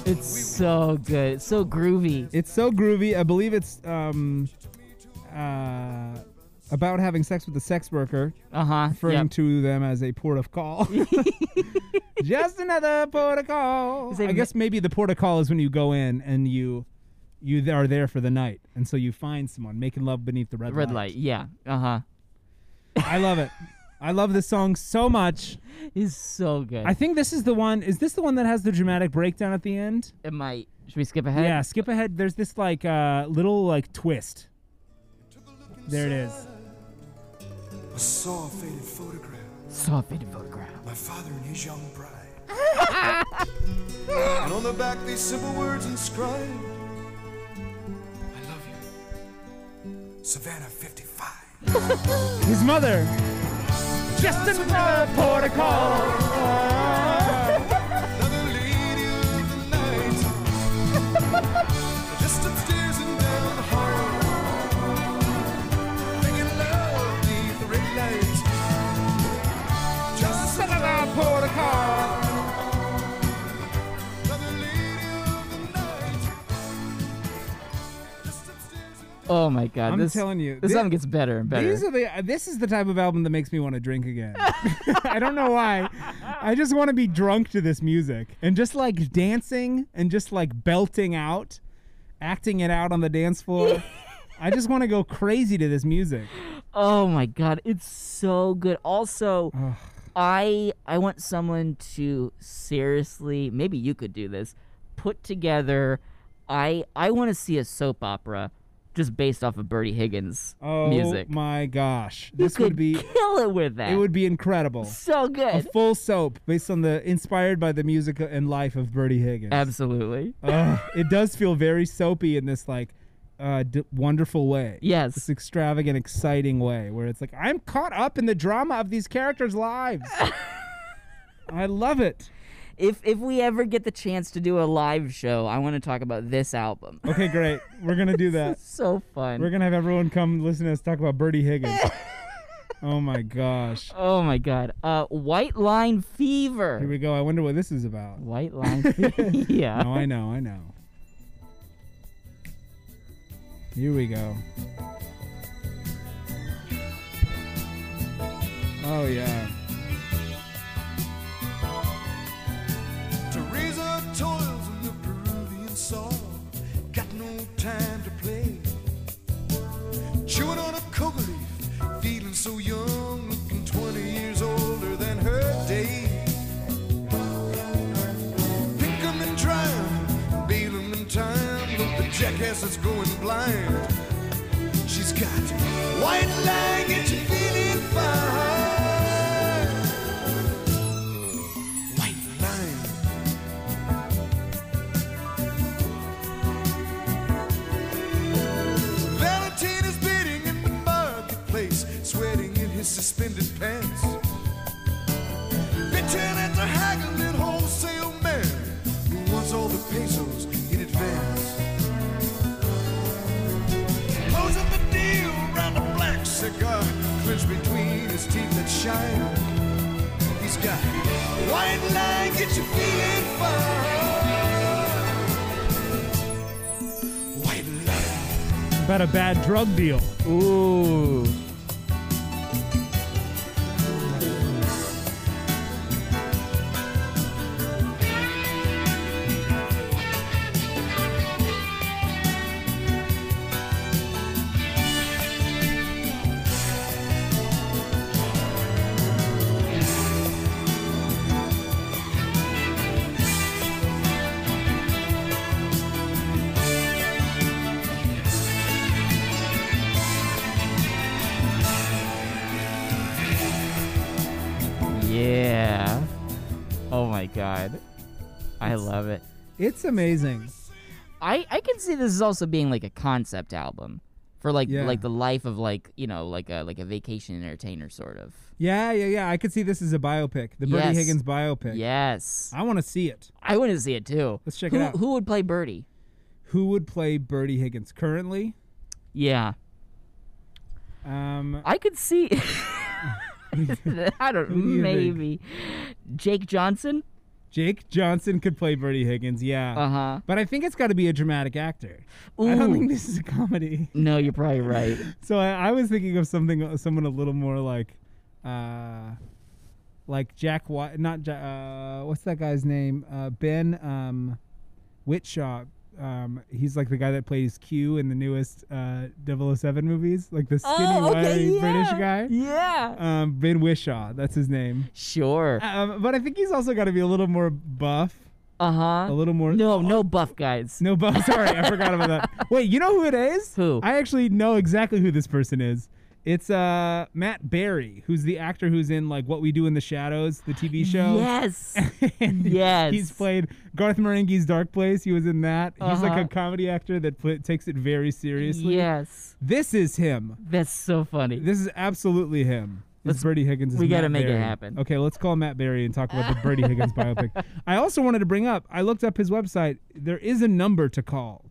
Speaker 1: It's so good. It's so groovy.
Speaker 2: It's so groovy. I believe it's um uh about having sex with a sex worker,
Speaker 1: Uh huh.
Speaker 2: referring to them as a port of call. Just another port of call.
Speaker 1: Is it
Speaker 2: I guess maybe the port of call is when you go in and you you th- are there for the night, and so you find someone making love beneath the red,
Speaker 1: Red light. Yeah. Uh huh.
Speaker 2: I love it. I love this song so much.
Speaker 1: It's so good.
Speaker 2: I think this is the one. Is this the one that has the dramatic breakdown at the end?
Speaker 1: it might. Should we skip ahead?
Speaker 2: Yeah. Skip ahead. There's this like uh, little like twist.
Speaker 3: Took a look
Speaker 2: There it is.
Speaker 3: inside. I saw a faded photograph.
Speaker 1: Soft-faded photograph.
Speaker 3: My father and his young bride. and on the back, these simple words inscribed. I love you. Savannah 55.
Speaker 2: His mother. Just another port of call.
Speaker 3: Another lady of the night. Just upstairs and down the hall. Making love beneath the red light. Just another port of call. Another lady of the night. Just upstairs and
Speaker 1: Oh my god.
Speaker 2: I'm
Speaker 1: this,
Speaker 2: telling you,
Speaker 1: This
Speaker 2: thi-
Speaker 1: album gets better and better.
Speaker 2: These are the. uh, This is the type of album that makes me want to drink again. I don't know why. I just want to be drunk to this music and just like dancing and just like belting out, acting it out on the dance floor. I just want to go crazy to this music.
Speaker 1: oh my god. It's so good. Also,
Speaker 2: Ugh.
Speaker 1: I I want someone to seriously, maybe you could do this, put together I I want to see a soap opera just based off of Bertie Higgins
Speaker 2: Oh
Speaker 1: music.
Speaker 2: my gosh,
Speaker 1: You
Speaker 2: this would
Speaker 1: could
Speaker 2: be.
Speaker 1: kill it with that.
Speaker 2: It would be incredible.
Speaker 1: so
Speaker 2: A
Speaker 1: good.
Speaker 2: full soap based on the inspired by the music and life of Bertie Higgins.
Speaker 1: Absolutely.
Speaker 2: Ugh, it does feel very soapy in this like uh, d- wonderful way. This
Speaker 1: Yes.
Speaker 2: extravagant, exciting way where it's like I'm caught up in the drama of these characters' lives. I love it.
Speaker 1: If if we ever get the chance to do a live show, I want to talk about this album.
Speaker 2: Okay, great. We're gonna do that.
Speaker 1: so fun.
Speaker 2: We're gonna have everyone come listen to us talk about Bertie Higgins. Oh my gosh.
Speaker 1: Oh my god. Uh, white line fever.
Speaker 2: Here we go. I wonder what this is about.
Speaker 1: White line fever. yeah.
Speaker 2: No, I know, I know. Here we go. Oh yeah.
Speaker 3: Teresa toils in the Peruvian soil, got no time to play. Chewing on a coca leaf, feeling so young, looking 20 years older than her day. Pick 'em and try 'em, bail 'em in time, but the jackass is going blind. She's got white language, feeling fine. White line. Valentine is bidding in the marketplace, sweating in his suspended pants. Bitching at the haggling wholesale man who wants all the pesos in advance. Closing the deal round a black cigar, clenched between his teeth that shine. He's got white line, get you feeling fine. White line.
Speaker 6: About a bad drug deal.
Speaker 1: Ooh. Yeah. Oh my god. I love it.
Speaker 2: It's amazing.
Speaker 1: I I can see this is also being like a concept album for like
Speaker 2: Yeah.
Speaker 1: like the life of like you know like a like a vacation entertainer sort of.
Speaker 2: Yeah, yeah, yeah. I could see this as a biopic, the Bertie
Speaker 1: Yes.
Speaker 2: Higgins biopic.
Speaker 1: Yes.
Speaker 2: I want to see it.
Speaker 1: I want to see it too.
Speaker 2: Let's check it
Speaker 1: who,
Speaker 2: out.
Speaker 1: Who would play Birdie?
Speaker 2: Who would play Bertie Higgins currently?
Speaker 1: Yeah.
Speaker 2: Um,
Speaker 1: I could see. I don't.
Speaker 2: do you think?
Speaker 1: Maybe. Jake Johnson.
Speaker 2: Jake Johnson could play Bertie Higgins. Yeah.
Speaker 1: Uh huh.
Speaker 2: But I think it's got to be a dramatic actor. I don't
Speaker 1: Ooh.
Speaker 2: think this is a comedy.
Speaker 1: No, you're probably right.
Speaker 2: So I, I was thinking of something, uh, someone a little more like, uh, like Jack White, not Jack, uh, what's that guy's name? Uh, ben um, Whitshaw. Um, he's like the guy that plays Q in the newest uh, 007 movies, like the skinny,
Speaker 1: oh, okay.
Speaker 2: wiry
Speaker 1: Yeah.
Speaker 2: British guy.
Speaker 1: Yeah.
Speaker 2: Um, ben Wishaw, that's his name.
Speaker 1: Sure.
Speaker 2: Um, but I think he's also got to be a little more buff,
Speaker 1: Uh
Speaker 2: a
Speaker 1: huh.
Speaker 2: little more.
Speaker 1: No, no buff guys.
Speaker 2: No, but sorry, I forgot about that. Wait, you know who it is?
Speaker 1: Who?
Speaker 2: I actually know exactly who this person is. It's uh Matt Berry, who's the actor who's in like What We Do in the Shadows, the TV show.
Speaker 1: Yes.
Speaker 2: And
Speaker 1: Yes.
Speaker 2: He's played Garth Marenghi's Dark Place. He was in that. He's like
Speaker 1: Uh-huh.
Speaker 2: a comedy actor that pl- takes it very seriously.
Speaker 1: yes.
Speaker 2: This is him.
Speaker 1: That's so funny.
Speaker 2: This is absolutely him. It's
Speaker 1: Let's-
Speaker 2: Bertie Higgins. is
Speaker 1: we gotta
Speaker 2: Matt
Speaker 1: make it
Speaker 2: Berry.
Speaker 1: happen.
Speaker 2: Okay, let's call Matt Berry and talk about the Bertie Higgins biopic. I also wanted to bring up. I looked up his website. There is a number to call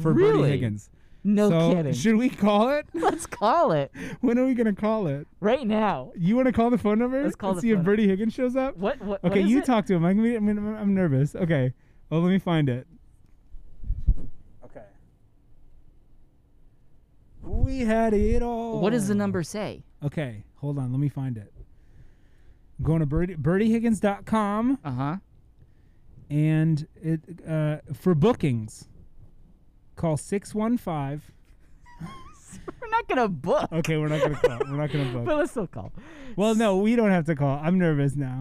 Speaker 2: for Bertie
Speaker 1: Really?
Speaker 2: Higgins.
Speaker 1: no
Speaker 2: so
Speaker 1: kidding.
Speaker 2: Should we call it?
Speaker 1: Let's call it
Speaker 2: When are we gonna call it?
Speaker 1: right now.
Speaker 2: You want to call the phone number?
Speaker 1: Let's call
Speaker 2: and
Speaker 1: the
Speaker 2: see if
Speaker 1: phone
Speaker 2: Bertie Higgins shows up.
Speaker 1: What? What? what
Speaker 2: Okay,
Speaker 1: is
Speaker 2: you
Speaker 1: it?
Speaker 2: talk to him. I'm, gonna, I'm, gonna- I'm nervous. Okay. Well, let me find it. Okay. We had it all.
Speaker 1: What does the number say?
Speaker 2: Okay, hold on. Let me find it. I'm going to Birdie, birdiehiggins.com
Speaker 1: Uh huh.
Speaker 2: and it uh, for bookings, call 615.
Speaker 1: We're not gonna book.
Speaker 2: Okay, we're not going to call. We're not going to book.
Speaker 1: But let's still call.
Speaker 2: Well, no, we don't have to call. I'm nervous now.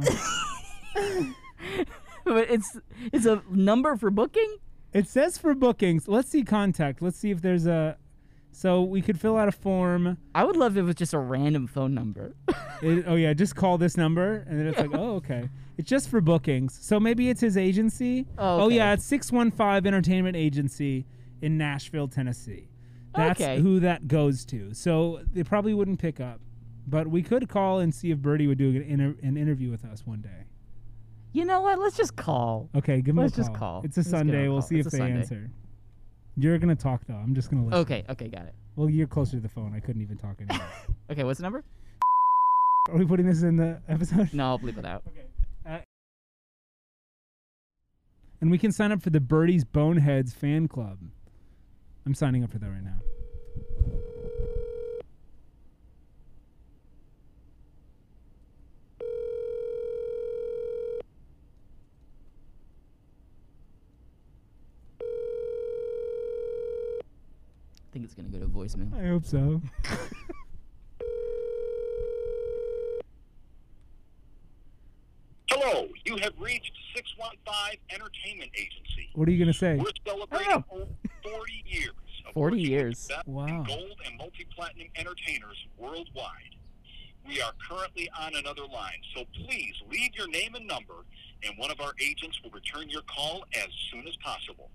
Speaker 1: But it's it's a number for booking.
Speaker 2: It says for bookings. Let's see contact. Let's see if there's a. So we could fill out a form.
Speaker 1: I would love if it was just a random phone number.
Speaker 2: It, oh yeah, just call this number, and then it's like, oh okay. It's just for bookings. So maybe it's his agency.
Speaker 1: Oh, okay.
Speaker 2: yeah, it's six one five Entertainment Agency in Nashville, Tennessee. That's
Speaker 1: Okay.
Speaker 2: who that goes to. So they probably wouldn't pick up, but we could call and see if Birdie would do an, inter- an interview with us one day.
Speaker 1: you know what? Let's just call.
Speaker 2: Okay, give him
Speaker 1: Let's
Speaker 2: a call.
Speaker 1: just call.
Speaker 2: It's a
Speaker 1: Let's give him
Speaker 2: Sunday.
Speaker 1: a
Speaker 2: We'll
Speaker 1: call.
Speaker 2: see
Speaker 1: It's
Speaker 2: if
Speaker 1: a
Speaker 2: they
Speaker 1: Sunday.
Speaker 2: answer. You're gonna talk though. I'm just gonna listen.
Speaker 1: Okay. Okay. Got it.
Speaker 2: Well, you're closer to the phone. I couldn't even talk anymore.
Speaker 1: Okay. What's the number?
Speaker 2: Are we putting this in the episode?
Speaker 1: No, I'll leave it out.
Speaker 2: And we can sign up for the Birdies Boneheads fan club. I'm signing up for that right now.
Speaker 1: I think it's gonna go to voicemail.
Speaker 2: I hope so.
Speaker 7: Hello, you have reached 615 Entertainment Agency.
Speaker 2: What are you gonna say?
Speaker 7: We're celebrating over 40 years. of
Speaker 1: 40
Speaker 7: working with
Speaker 1: years.
Speaker 7: the best
Speaker 2: Wow.
Speaker 7: Gold and multi-platinum entertainers worldwide. We are currently on another line, so please leave your name and number, and one of our agents will return your call as soon as possible.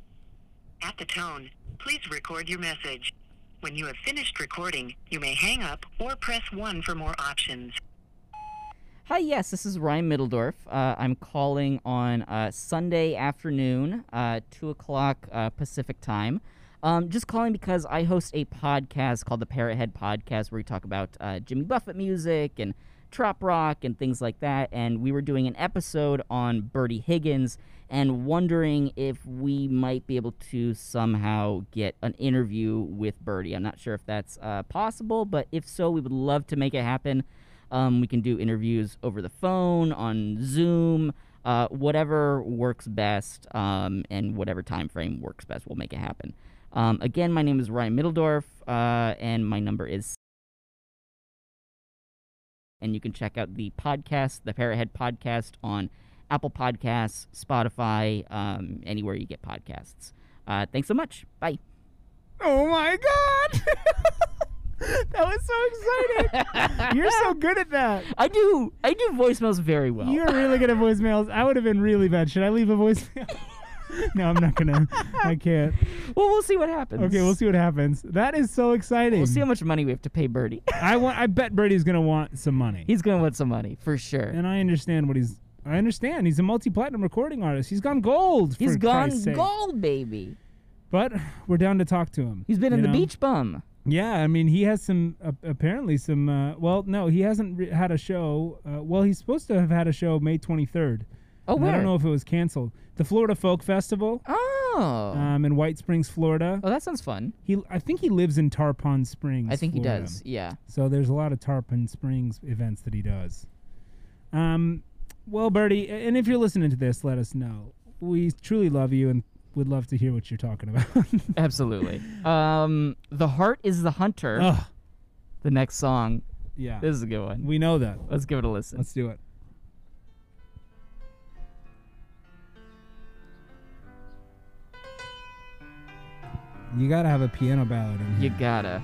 Speaker 8: At the tone, please record your message. When you have finished recording, you may hang up or press 1 for more options.
Speaker 1: Hi, yes, this is Ryan Middledorf. Uh, I'm calling on uh, Sunday afternoon, uh, 2 o'clock uh, Pacific time. Um, just calling because I host a podcast called the Parrothead Podcast where we talk about uh, Jimmy Buffett music and trop rock and things like that. And we were doing an episode on Bertie Higgins and wondering if we might be able to somehow get an interview with Bertie. I'm not sure if that's uh, possible, but if so, we would love to make it happen. Um, we can do interviews over the phone, on Zoom, uh, whatever works best, um, and whatever time frame works best, we'll make it happen. Um, again, my name is Ryan Middledorf, uh, and my number is. And you can check out the podcast, the Parrothead podcast, on Apple Podcasts, Spotify, um, anywhere you get podcasts. Uh, thanks so much. Bye.
Speaker 2: Oh my god! that was so exciting. You're so good at that.
Speaker 1: I do. I do voicemails very well.
Speaker 2: You're really good at voicemails. I would have been really bad. Should I leave a voicemail? no, I'm not gonna. I can't.
Speaker 1: well, we'll see what happens.
Speaker 2: Okay, we'll see what happens. That is so exciting.
Speaker 1: We'll see how much money we have to pay Birdie.
Speaker 2: I want. I bet Brady's gonna want some money.
Speaker 1: He's gonna want some money for sure.
Speaker 2: and I understand what he's. I understand. He's a multi-platinum recording artist. He's gone gold. For
Speaker 1: He's gone
Speaker 2: Christ's sake.
Speaker 1: gold, baby.
Speaker 2: But we're down to talk to him.
Speaker 1: He's been in
Speaker 2: you
Speaker 1: the
Speaker 2: know?
Speaker 1: beach bum.
Speaker 2: Yeah, I mean, he has some uh, apparently some. Uh, well, no, he hasn't re- had a show. Uh, well, he's supposed to have had a show May 23rd.
Speaker 1: Oh,
Speaker 2: And
Speaker 1: where?
Speaker 2: I don't know if it was canceled. The Florida Folk Festival
Speaker 1: oh.
Speaker 2: um, in White Springs, Florida.
Speaker 1: oh, that sounds fun.
Speaker 2: He, I think he lives in Tarpon Springs.
Speaker 1: I think he
Speaker 2: Florida.
Speaker 1: does. Yeah.
Speaker 2: So there's a lot of Tarpon Springs events that he does. Um, well, Bertie, a- and if you're listening to this, let us know. We truly love you and would love to hear what you're talking about.
Speaker 1: Absolutely. um, the heart is the hunter.
Speaker 2: Ugh,
Speaker 1: The next song.
Speaker 2: yeah,
Speaker 1: This is a good one.
Speaker 2: Oh. we know that.
Speaker 1: Let's give it a listen.
Speaker 2: Let's do it. You gotta have a piano ballad in here.
Speaker 1: you gotta.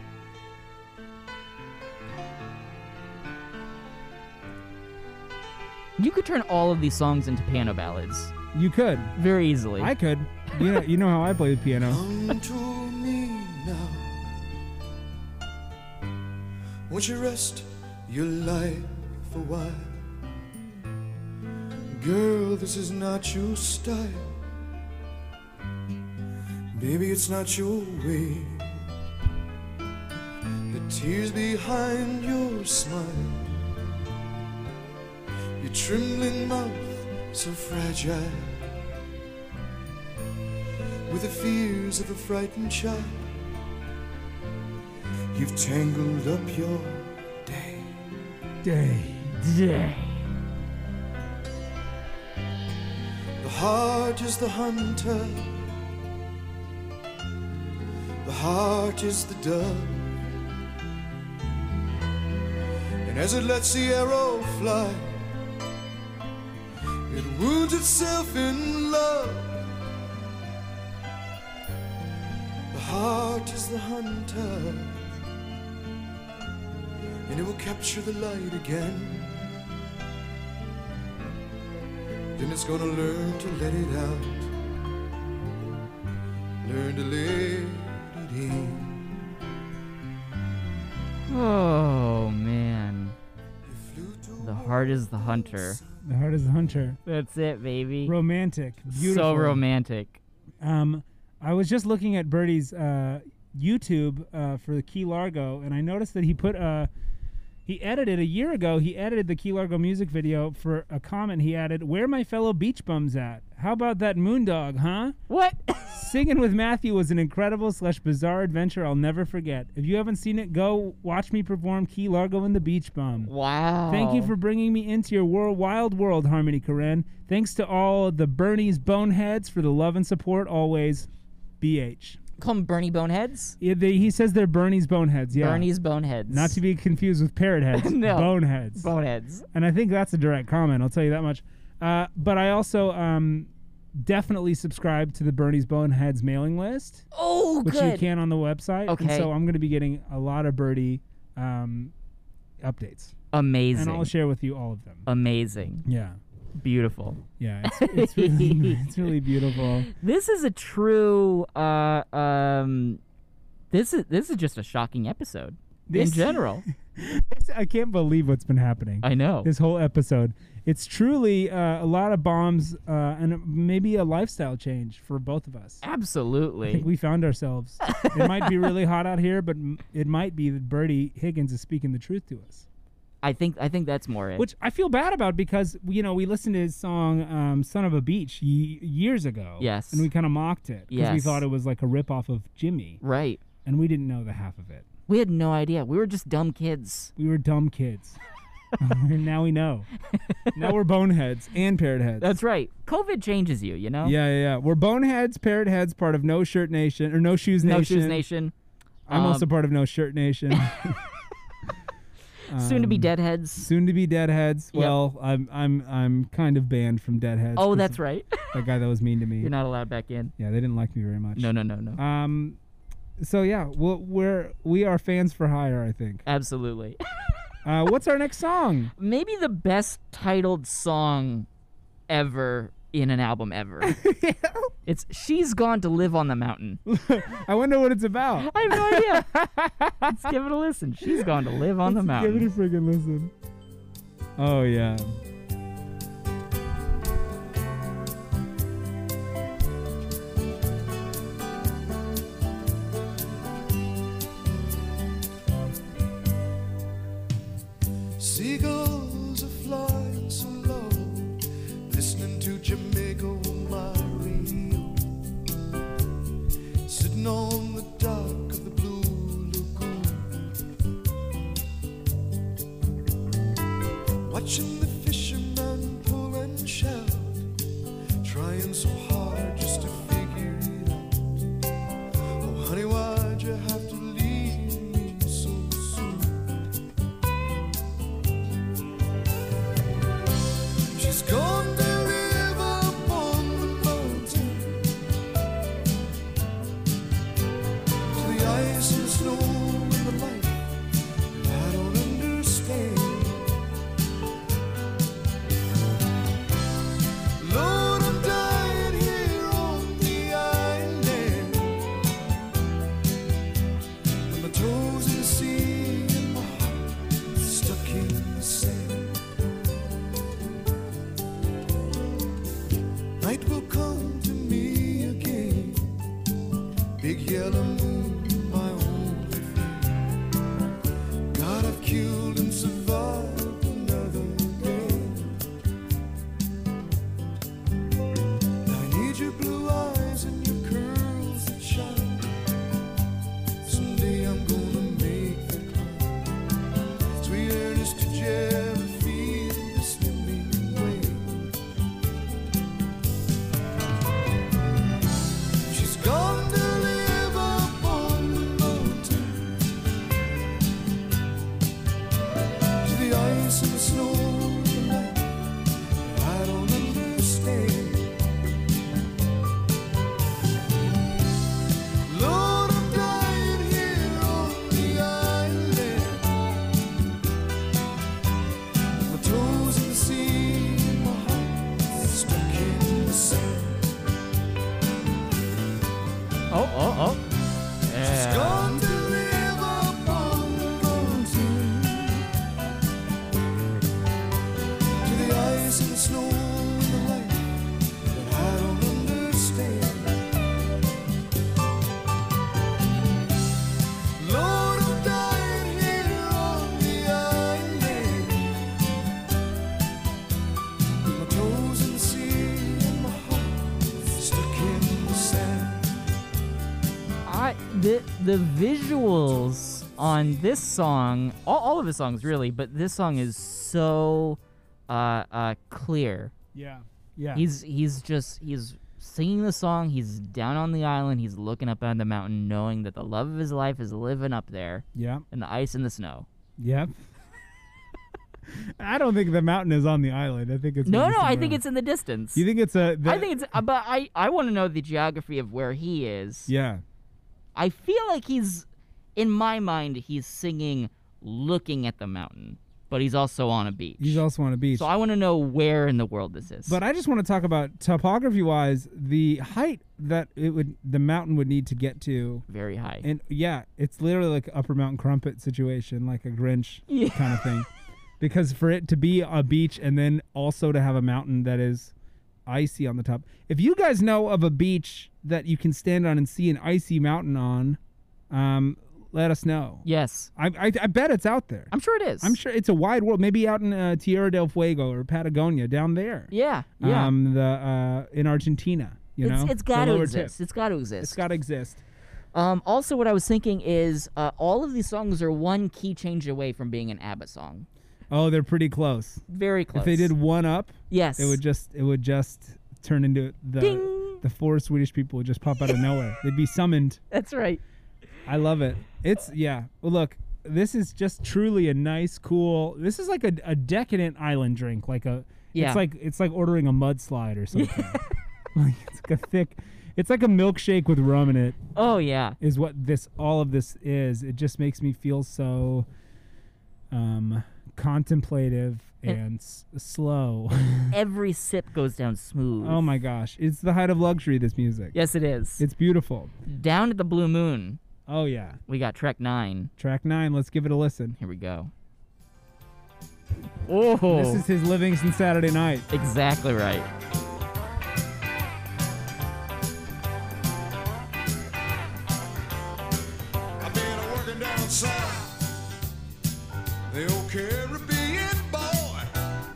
Speaker 1: You could turn all of these songs into piano ballads
Speaker 2: You could.
Speaker 1: very easily.
Speaker 2: I could. You know, you know how I play the piano.
Speaker 3: Come to me now. Won't you rest your life a while? Girl, this is not your style. Baby, it's not your way. The tears behind your smile. Your trembling mouth, so fragile with the fears of a frightened child. You've tangled up your day.
Speaker 2: Day.
Speaker 3: The heart is the hunter, the heart is the dove. And as it lets the arrow fly, it wounds itself in love. The heart is the hunter, and it will capture the light again. then it's gonna learn to let it out. Learn to let it in.
Speaker 1: oh, man.
Speaker 3: You flew to
Speaker 1: The heart is the hunter.
Speaker 2: The heart is the hunter.
Speaker 1: That's it, baby.
Speaker 2: Romantic. Beautiful.
Speaker 1: So romantic.
Speaker 2: Um, I was just looking at Birdie's uh, YouTube uh, for the Key Largo, and I noticed that he put uh, He edited a year ago. He edited the Key Largo music video for a comment he added. Where my fellow beach bums at? How about that moon dog, huh?
Speaker 1: What?
Speaker 2: Singing with Matthew was an incredible slash bizarre adventure I'll never forget. If you haven't seen it, go watch me perform Key Largo and the Beach Bum.
Speaker 1: wow.
Speaker 2: Thank you for bringing me into your wor- wild world, Harmony Korine. Thanks to all the Bernie's boneheads for the love and support always. BH.
Speaker 1: call 'em Bernie Boneheads.
Speaker 2: Yeah, they, he says they're Bernie's boneheads. Yeah.
Speaker 1: Bernie's Boneheads.
Speaker 2: Not to be confused with parrot heads.
Speaker 1: No.
Speaker 2: Boneheads.
Speaker 1: Boneheads.
Speaker 2: and I think that's a direct comment. I'll tell you that much. Uh, but I also um, definitely subscribe to the Bernie's Boneheads mailing list,
Speaker 1: Oh,
Speaker 2: which
Speaker 1: good.
Speaker 2: you can on the website.
Speaker 1: Okay.
Speaker 2: And so I'm going to be getting a lot of Birdie um, updates,
Speaker 1: Amazing. Uh,
Speaker 2: and I'll share with you all of them.
Speaker 1: Amazing.
Speaker 2: yeah.
Speaker 1: Beautiful.
Speaker 2: Yeah, it's, it's, really, it's really beautiful.
Speaker 1: This is a true. Uh, um, this is this is just a shocking episode
Speaker 2: This-
Speaker 1: in general.
Speaker 2: It's- I can't believe what's been happening.
Speaker 1: I know.
Speaker 2: this whole episode. It's truly uh, a lot of bombs uh, and maybe a lifestyle change for both of us. I
Speaker 1: Absolutely.
Speaker 2: think we found ourselves. it might be really hot out here, but m- it might be that Bertie Higgins is speaking the truth to us,
Speaker 1: I think I think that's more it.
Speaker 2: which I feel bad about because you know we listened to his song um, "Son of a Beach" ye- years ago.
Speaker 1: Yes.
Speaker 2: and we kind of mocked it because we
Speaker 1: Yes.
Speaker 2: thought it was like a ripoff of Jimmy,
Speaker 1: right.
Speaker 2: and we didn't know the half of it.
Speaker 1: We had no idea. We were just dumb kids.
Speaker 2: We were dumb kids. and now we know.
Speaker 9: now we're boneheads and parrot heads.
Speaker 1: That's right. COVID changes you. You know.
Speaker 9: yeah, yeah, yeah. We're boneheads, parrot heads, part of No Shirt Nation or No Shoes
Speaker 1: No
Speaker 9: Nation.
Speaker 1: shoes nation.
Speaker 9: I'm
Speaker 1: Um,
Speaker 9: also part of No Shirt Nation.
Speaker 1: Soon to be
Speaker 9: Um,
Speaker 1: deadheads.
Speaker 9: Soon to be deadheads.
Speaker 1: Yep.
Speaker 9: Well, I'm I'm I'm kind of banned from deadheads.
Speaker 1: Oh,
Speaker 9: 'cause
Speaker 1: that's right.
Speaker 9: that guy that was mean to me.
Speaker 1: You're not allowed back in.
Speaker 9: yeah, they didn't like me very much.
Speaker 1: No, no, no, no.
Speaker 9: Um, so yeah, we're, we're we are fans for hire. I think.
Speaker 1: Absolutely.
Speaker 9: Uh, what's our next song?
Speaker 1: Maybe the best titled song ever in an album ever. It's She's Gone to Live on the Mountain.
Speaker 9: I wonder what it's about.
Speaker 1: I have no idea. Let's give it a listen. She's Gone to Live on the
Speaker 9: Give it a
Speaker 1: Mountain.
Speaker 9: friggin' listen. Oh yeah.
Speaker 3: Seagulls are flying so low, listening to Jamaica on my radio. Sitting on the dock of the Blue Lagoon, watching the fishermen pull and shout, trying so hard just to figure it out. Oh, honey, why'd you have to leave me so soon? She's gone to live up on the mountain. To the ice and the snow and the light. I don't understand. Lord, I'm dying here on the island. With my toes in the sea and my heart stuck in the sand. Night will come to me again. Big yellow moon, my only friend. God, I've killed and survived another day. I need your blue eyes and your curls that shine. Someday I'm gonna make the climb. Sweet Ernest to Jerry Field, this way. She's gone to live on
Speaker 9: Oh,
Speaker 1: the the visuals on this song, all, all of his songs really, but this song is so uh, uh, clear.
Speaker 2: Yeah. Yeah.
Speaker 1: He's he's just he's singing the song. He's down on the island. He's looking up on the mountain, knowing that the love of his life is living up there
Speaker 2: yeah.
Speaker 1: in the ice and the snow.
Speaker 2: Yep. I don't think the mountain is on the island. I think it's
Speaker 1: No,
Speaker 2: maybe
Speaker 1: no, I
Speaker 2: somewhere
Speaker 1: think
Speaker 2: else.
Speaker 1: it's in the distance.
Speaker 2: You think it's a?
Speaker 1: I think it's, uh, but I I want to know the geography of where he is.
Speaker 2: Yeah.
Speaker 1: I feel like he's, in my mind, he's singing looking at the mountain, but he's also on a beach.
Speaker 2: He's also on a beach.
Speaker 1: so I want to know where in the world this is.
Speaker 2: But I just want to talk about topography wise, the height that it would the mountain would need to get to.
Speaker 1: very high.
Speaker 2: And yeah, it's literally like upper mountain crumpet situation, like a Grinch
Speaker 1: Yeah.
Speaker 2: kind of thing. Because for it to be a beach and then also to have a mountain that is icy on the top. If you guys know of a beach that you can stand on and see an icy mountain on, um, let us know.
Speaker 1: yes,
Speaker 2: I, I, I bet it's out there.
Speaker 1: I'm sure it is.
Speaker 2: I'm sure it's a wide world. Maybe out in uh, Tierra del Fuego or Patagonia down there
Speaker 1: Yeah, yeah.
Speaker 2: um, the uh, in Argentina. You
Speaker 1: it's
Speaker 2: know,
Speaker 1: it's got
Speaker 2: The
Speaker 1: to
Speaker 2: lower
Speaker 1: exist.
Speaker 2: tip.
Speaker 1: It's got to exist.
Speaker 2: It's got to exist.
Speaker 1: um, also, what I was thinking is uh, all of these songs are one key change away from being an ABBA song.
Speaker 2: Oh, they're pretty close.
Speaker 1: Very close.
Speaker 2: If they did one up,
Speaker 1: yes,
Speaker 2: it would just it would just turn into the
Speaker 1: Ding.
Speaker 2: the four Swedish people would just pop out of nowhere. They'd be summoned.
Speaker 1: That's right.
Speaker 2: I love it. It's yeah. Well, look, this is just truly a nice, cool. This is like a, a decadent island drink. Like a
Speaker 1: Yeah.
Speaker 2: It's like it's like ordering a mudslide or something. like it's like a thick. It's like a milkshake with rum in it.
Speaker 1: Oh yeah.
Speaker 2: is what this all of this is. It just makes me feel so um contemplative and s- slow.
Speaker 1: Every sip goes down smooth.
Speaker 2: oh my gosh, it's the height of luxury this music.
Speaker 1: Yes, it is.
Speaker 2: It's beautiful.
Speaker 1: Down at the Blue Moon,
Speaker 2: Oh yeah.
Speaker 1: we got track nine.
Speaker 2: Track 9, let's give it a listen.
Speaker 1: Here we go. Oh,
Speaker 2: This is his Livingston Saturday night.
Speaker 1: exactly right.
Speaker 3: I've been a working down south. The old Caribbean boy.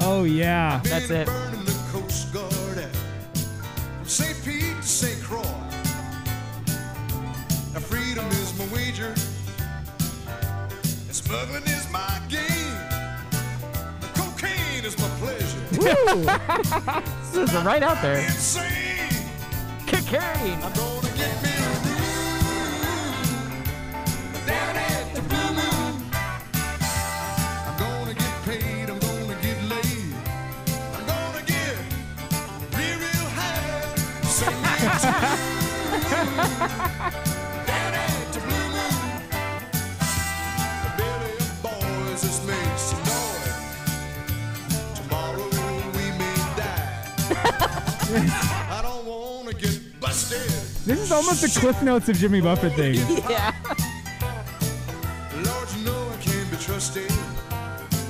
Speaker 2: Oh yeah.
Speaker 1: That's
Speaker 3: been
Speaker 1: it.
Speaker 3: burning the Coast Guard out. From St. Pete to St. Croix. Now freedom is my wager. And smuggling is my game. And cocaine is my pleasure.
Speaker 1: This is right out there.
Speaker 3: Insane.
Speaker 1: Cocaine.
Speaker 3: I'm gonna get me a room down at the Blue Moon. I'm gonna get paid, I'm gonna get laid. I'm gonna get real, real high. Sing me a tune down at the Blue Moon. The Billy boys has made some noise. Tomorrow we may die. I don't wanna get busted.
Speaker 2: This is almost the Cliff Notes of Jimmy Buffett thing.
Speaker 1: Yeah.
Speaker 3: Lord, you know I can't be trusted.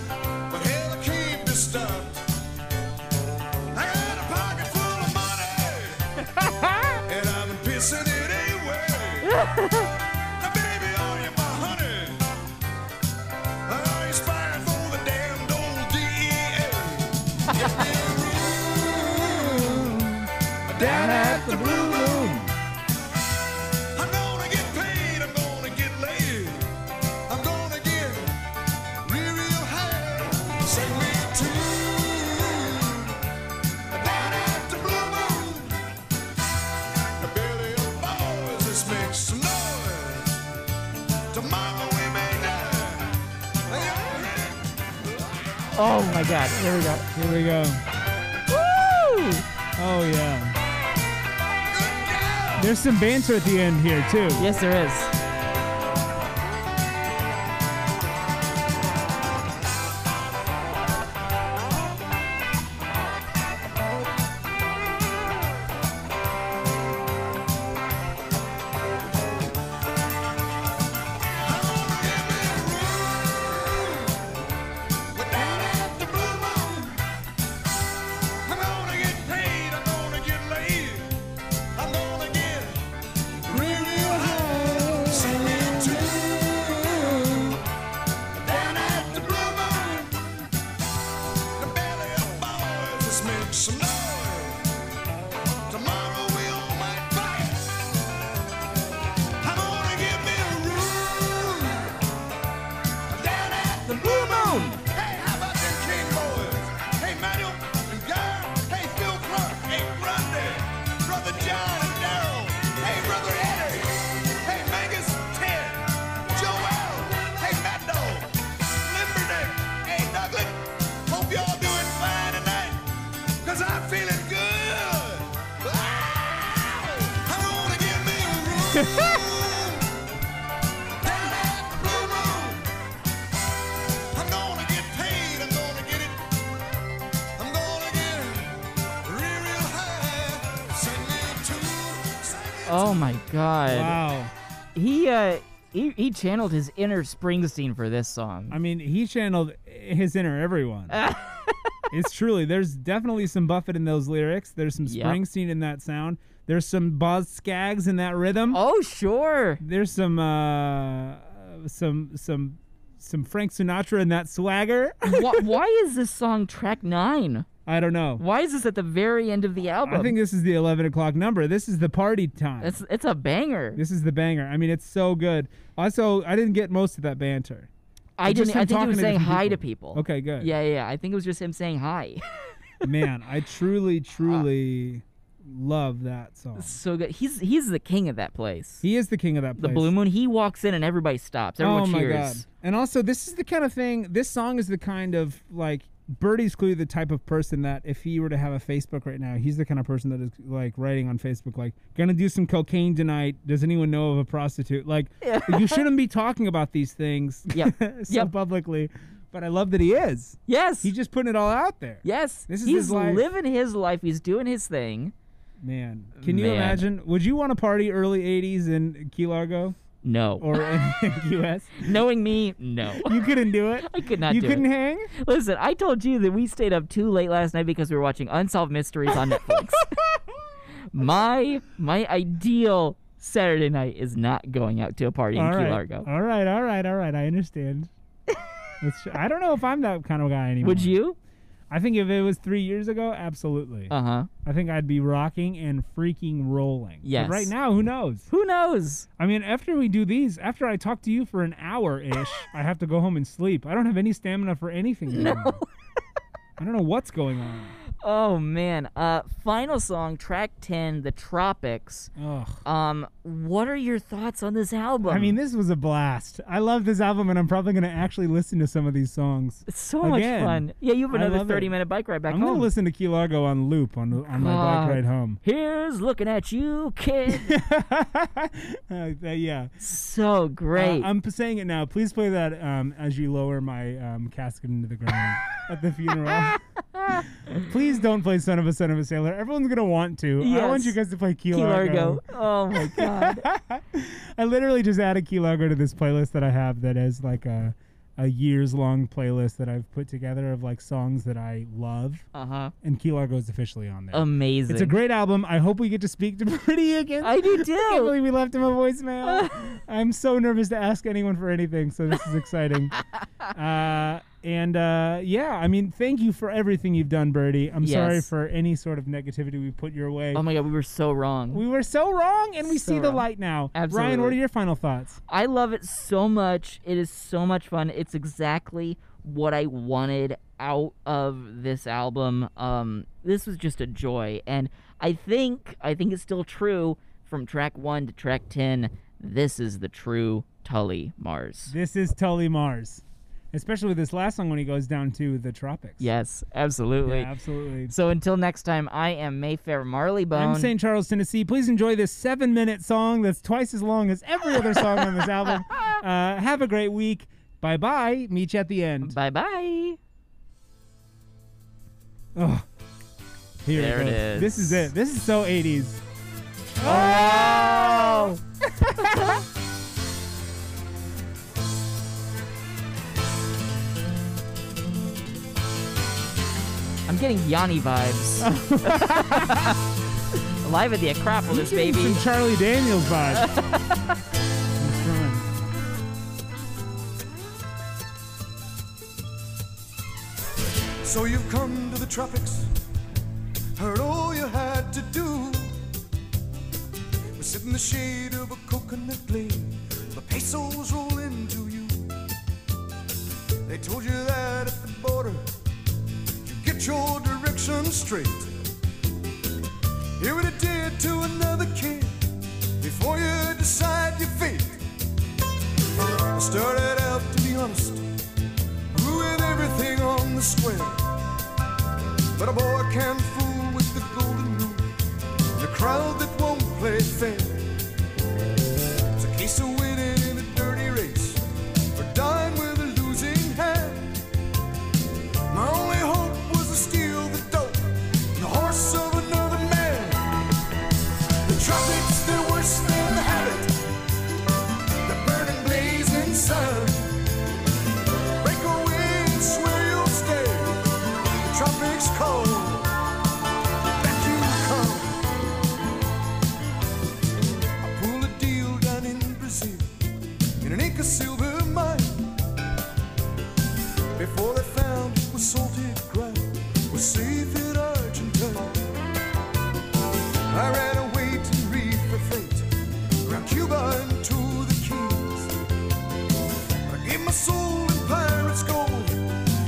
Speaker 3: But hell, I can't be stopped. I got a pocket full of money. and I'm pissing it away. now, baby, are you my honey? Are you spying for the damned old DEA? Give me a room down at the Blue Room. I'm gonna get paid, I'm gonna get laid. I'm gonna get real, real high. Sing me a tune down at the Blue Moon. The Billy Boys just make some noise. Tomorrow we may die.
Speaker 1: Oh my God. Here we go.
Speaker 2: Here we go.
Speaker 1: Woo!
Speaker 2: Oh yeah.
Speaker 3: Yeah.
Speaker 2: There's some banter at the end here too.
Speaker 1: Yes, there is.
Speaker 3: I'm gonna get me a room down at the Blue Moon. I'm gonna get paid, I'm gonna get laid. I'm gonna get real, real high. Ah!
Speaker 1: Oh my god.
Speaker 2: Wow.
Speaker 1: He uh he, he channeled his inner Springsteen for this song.
Speaker 2: I mean, he channeled his inner everyone. it's truly there's definitely some Buffett in those lyrics. There's some
Speaker 1: Yep.
Speaker 2: Springsteen in that sound. There's some Boz Scaggs in that rhythm.
Speaker 1: oh sure.
Speaker 2: There's some uh, some some some Frank Sinatra in that swagger.
Speaker 1: why, why is this song track 9?
Speaker 2: I don't know.
Speaker 1: Why is this at the very end of the album?
Speaker 2: I think this is the 11 o'clock number. This is the party time.
Speaker 1: it's it's a banger.
Speaker 2: this is the banger. I mean, it's so good. Also, I didn't get most of that banter.
Speaker 1: I
Speaker 2: just
Speaker 1: didn't I
Speaker 2: him
Speaker 1: think he
Speaker 2: talking
Speaker 1: was
Speaker 2: to
Speaker 1: saying
Speaker 2: different
Speaker 1: hi to
Speaker 2: people.
Speaker 1: people.
Speaker 2: Okay, good.
Speaker 1: Yeah, yeah, yeah. I think it was just him saying hi.
Speaker 2: Man, I
Speaker 1: Uh.
Speaker 2: truly, truly love that song.
Speaker 1: so good. He's he's the king of that place.
Speaker 2: He is the king of that
Speaker 1: the
Speaker 2: place.
Speaker 1: Blue Moon, he walks in and everybody stops. Everyone
Speaker 2: oh my
Speaker 1: cheers.
Speaker 2: god! And also, this is the kind of thing. This song is the kind of like Birdie's clearly the type of person that if he were to have a Facebook right now, he's the kind of person that is like writing on Facebook like, "Gonna do some cocaine tonight. Does anyone know of a prostitute?" Like, you shouldn't be talking about these things
Speaker 1: Yep.
Speaker 2: so
Speaker 1: Yep.
Speaker 2: publicly. But I love that he is.
Speaker 1: Yes.
Speaker 2: He's just putting it all out there.
Speaker 1: yes.
Speaker 2: This is
Speaker 1: he's
Speaker 2: his life.
Speaker 1: living his life. He's doing his thing.
Speaker 2: Man, can you
Speaker 1: Man.
Speaker 2: imagine? Would you want to party early '80s in Key Largo
Speaker 1: No.
Speaker 2: or in U.S.?
Speaker 1: Knowing me, no.
Speaker 2: You couldn't do it.
Speaker 1: I could not
Speaker 2: You
Speaker 1: do
Speaker 2: couldn't
Speaker 1: it.
Speaker 2: hang.
Speaker 1: Listen, I told you that we stayed up too late last night because we were watching Unsolved Mysteries on Netflix. my my ideal Saturday night is not going out to a party in
Speaker 2: All
Speaker 1: Key
Speaker 2: right.
Speaker 1: Largo.
Speaker 2: All right, all right, all right. I understand. It's- I don't know if I'm that kind of guy anymore.
Speaker 1: Would you?
Speaker 2: I think if it was three years ago, absolutely.
Speaker 1: Uh huh.
Speaker 2: I think I'd be rocking and freaking rolling. But
Speaker 1: Yes.
Speaker 2: right now, who knows?
Speaker 1: Who knows?
Speaker 2: I mean, after we do these, after I talk to you for an hour ish, I have to go home and sleep. I don't have any stamina for anything. No. I don't know what's going on.
Speaker 1: Oh man. Uh, final song, track ten, "The Tropics."
Speaker 2: Ugh.
Speaker 1: Um, what are your thoughts on this album?
Speaker 2: I mean, this was a blast. I love this album, and I'm probably going to actually listen to some of these songs.
Speaker 1: it's so
Speaker 2: again,
Speaker 1: much fun. Yeah, you have
Speaker 2: I
Speaker 1: another
Speaker 2: love it.
Speaker 1: thirty-minute bike ride back
Speaker 2: I'm going
Speaker 1: home.
Speaker 2: to listen to Key Largo on loop on, on my
Speaker 1: God.
Speaker 2: bike ride home.
Speaker 1: Here's looking at you, kid.
Speaker 2: Uh, yeah.
Speaker 1: so great.
Speaker 2: Uh, I'm p- saying it now. Please play that um, as you lower my um, casket into the ground at the funeral. Please don't play "Son of a Son of a Sailor." Everyone's gonna want to. I want
Speaker 1: Yes.
Speaker 2: you guys to play Key
Speaker 1: Key
Speaker 2: Largo.
Speaker 1: Largo. Oh my god.
Speaker 2: I literally just added Key Largo to this playlist that I have that is like a a years long playlist that I've put together of like songs that I love,
Speaker 1: Uh huh.
Speaker 2: and Key Largo is officially on there.
Speaker 1: Amazing.
Speaker 2: It's a great album. I hope we get to speak to Pretty again.
Speaker 1: I do
Speaker 2: I can't
Speaker 1: too.
Speaker 2: believe we left him a voicemail. I'm so nervous to ask anyone for anything, so this is exciting. uh, and uh, yeah, I mean, thank you for everything you've done, Birdie. I'm sorry
Speaker 1: Yes.
Speaker 2: for any sort of negativity we put your way.
Speaker 1: Oh my god, we were so wrong.
Speaker 2: we were so wrong, and we
Speaker 1: So
Speaker 2: see the
Speaker 1: wrong.
Speaker 2: light now. Ryan,
Speaker 1: Absolutely.
Speaker 2: what are your final thoughts?
Speaker 1: I love it so much. It is so much fun. It's exactly what I wanted out of this album. Um, this was just a joy, and I think I think it's still true from track one to track ten. This is the true Tully Mars.
Speaker 2: This is Tully Mars, especially with this last song when he goes down to the tropics.
Speaker 1: Yes, absolutely.
Speaker 2: Yeah, absolutely.
Speaker 1: So until next time, I am Mayfair Marleybone.
Speaker 2: I'm St. Charles, Tennessee. Please enjoy this seven minute song that's twice as long as every other song on this album. Uh, have a great week. Bye bye. Meet you at the end.
Speaker 1: Bye bye.
Speaker 2: Oh, here
Speaker 1: There it
Speaker 2: goes.
Speaker 1: is.
Speaker 2: This is it. This is so 80s.
Speaker 1: Oh. I'm getting Yanni vibes. Live at the Acropolis,
Speaker 2: Give me
Speaker 1: baby.
Speaker 2: Some Charlie Daniels vibe. It's fun.
Speaker 3: So you've come to the tropics, heard all you had to do. But sit in the shade of a coconut plane, the pesos roll into you. They told you that at the border, you get your direction straight. Hear what it did to another kid before you decide your fate. Started out to be honest with everything on the square. But a boy can fool with the golden rule, the crowd that won't play fair. Face a winning in a dirty race, or dying with a losing hand. My only hope was to steal the dope, the horse of another man. The tropics, they're worse than the habit, the burning, blazing sun. Break away and swear you'll stay. The tropics cold, back you come. Pull a deal down in Brazil in an Inca silver mine. Before they found it was salted ground, was safe in Argentina. I ran away to read the fate around Cuba and to the Keys. I gave my soul in pirates' gold,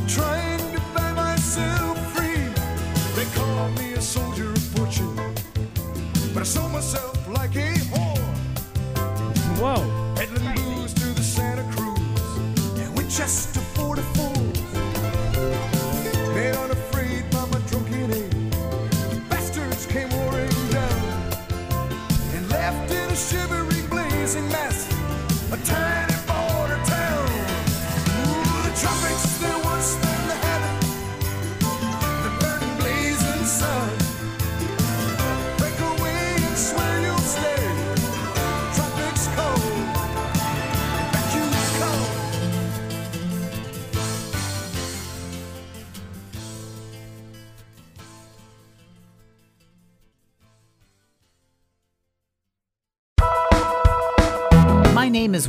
Speaker 3: trying to buy myself free. They call me a soldier of fortune, but I sold myself like a whore.
Speaker 2: Whoa.
Speaker 3: Headland blues through the Santa Cruz and Winchester 44s. Made unafraid by my drunken aid, bastards came roaring down and left in a shivering, blazing mess a tiny border town. Ooh, the tropics, they're worse than the heaven, the burning, blazing sun. Break away and swear you'll stay. Tropics cold.
Speaker 10: My name is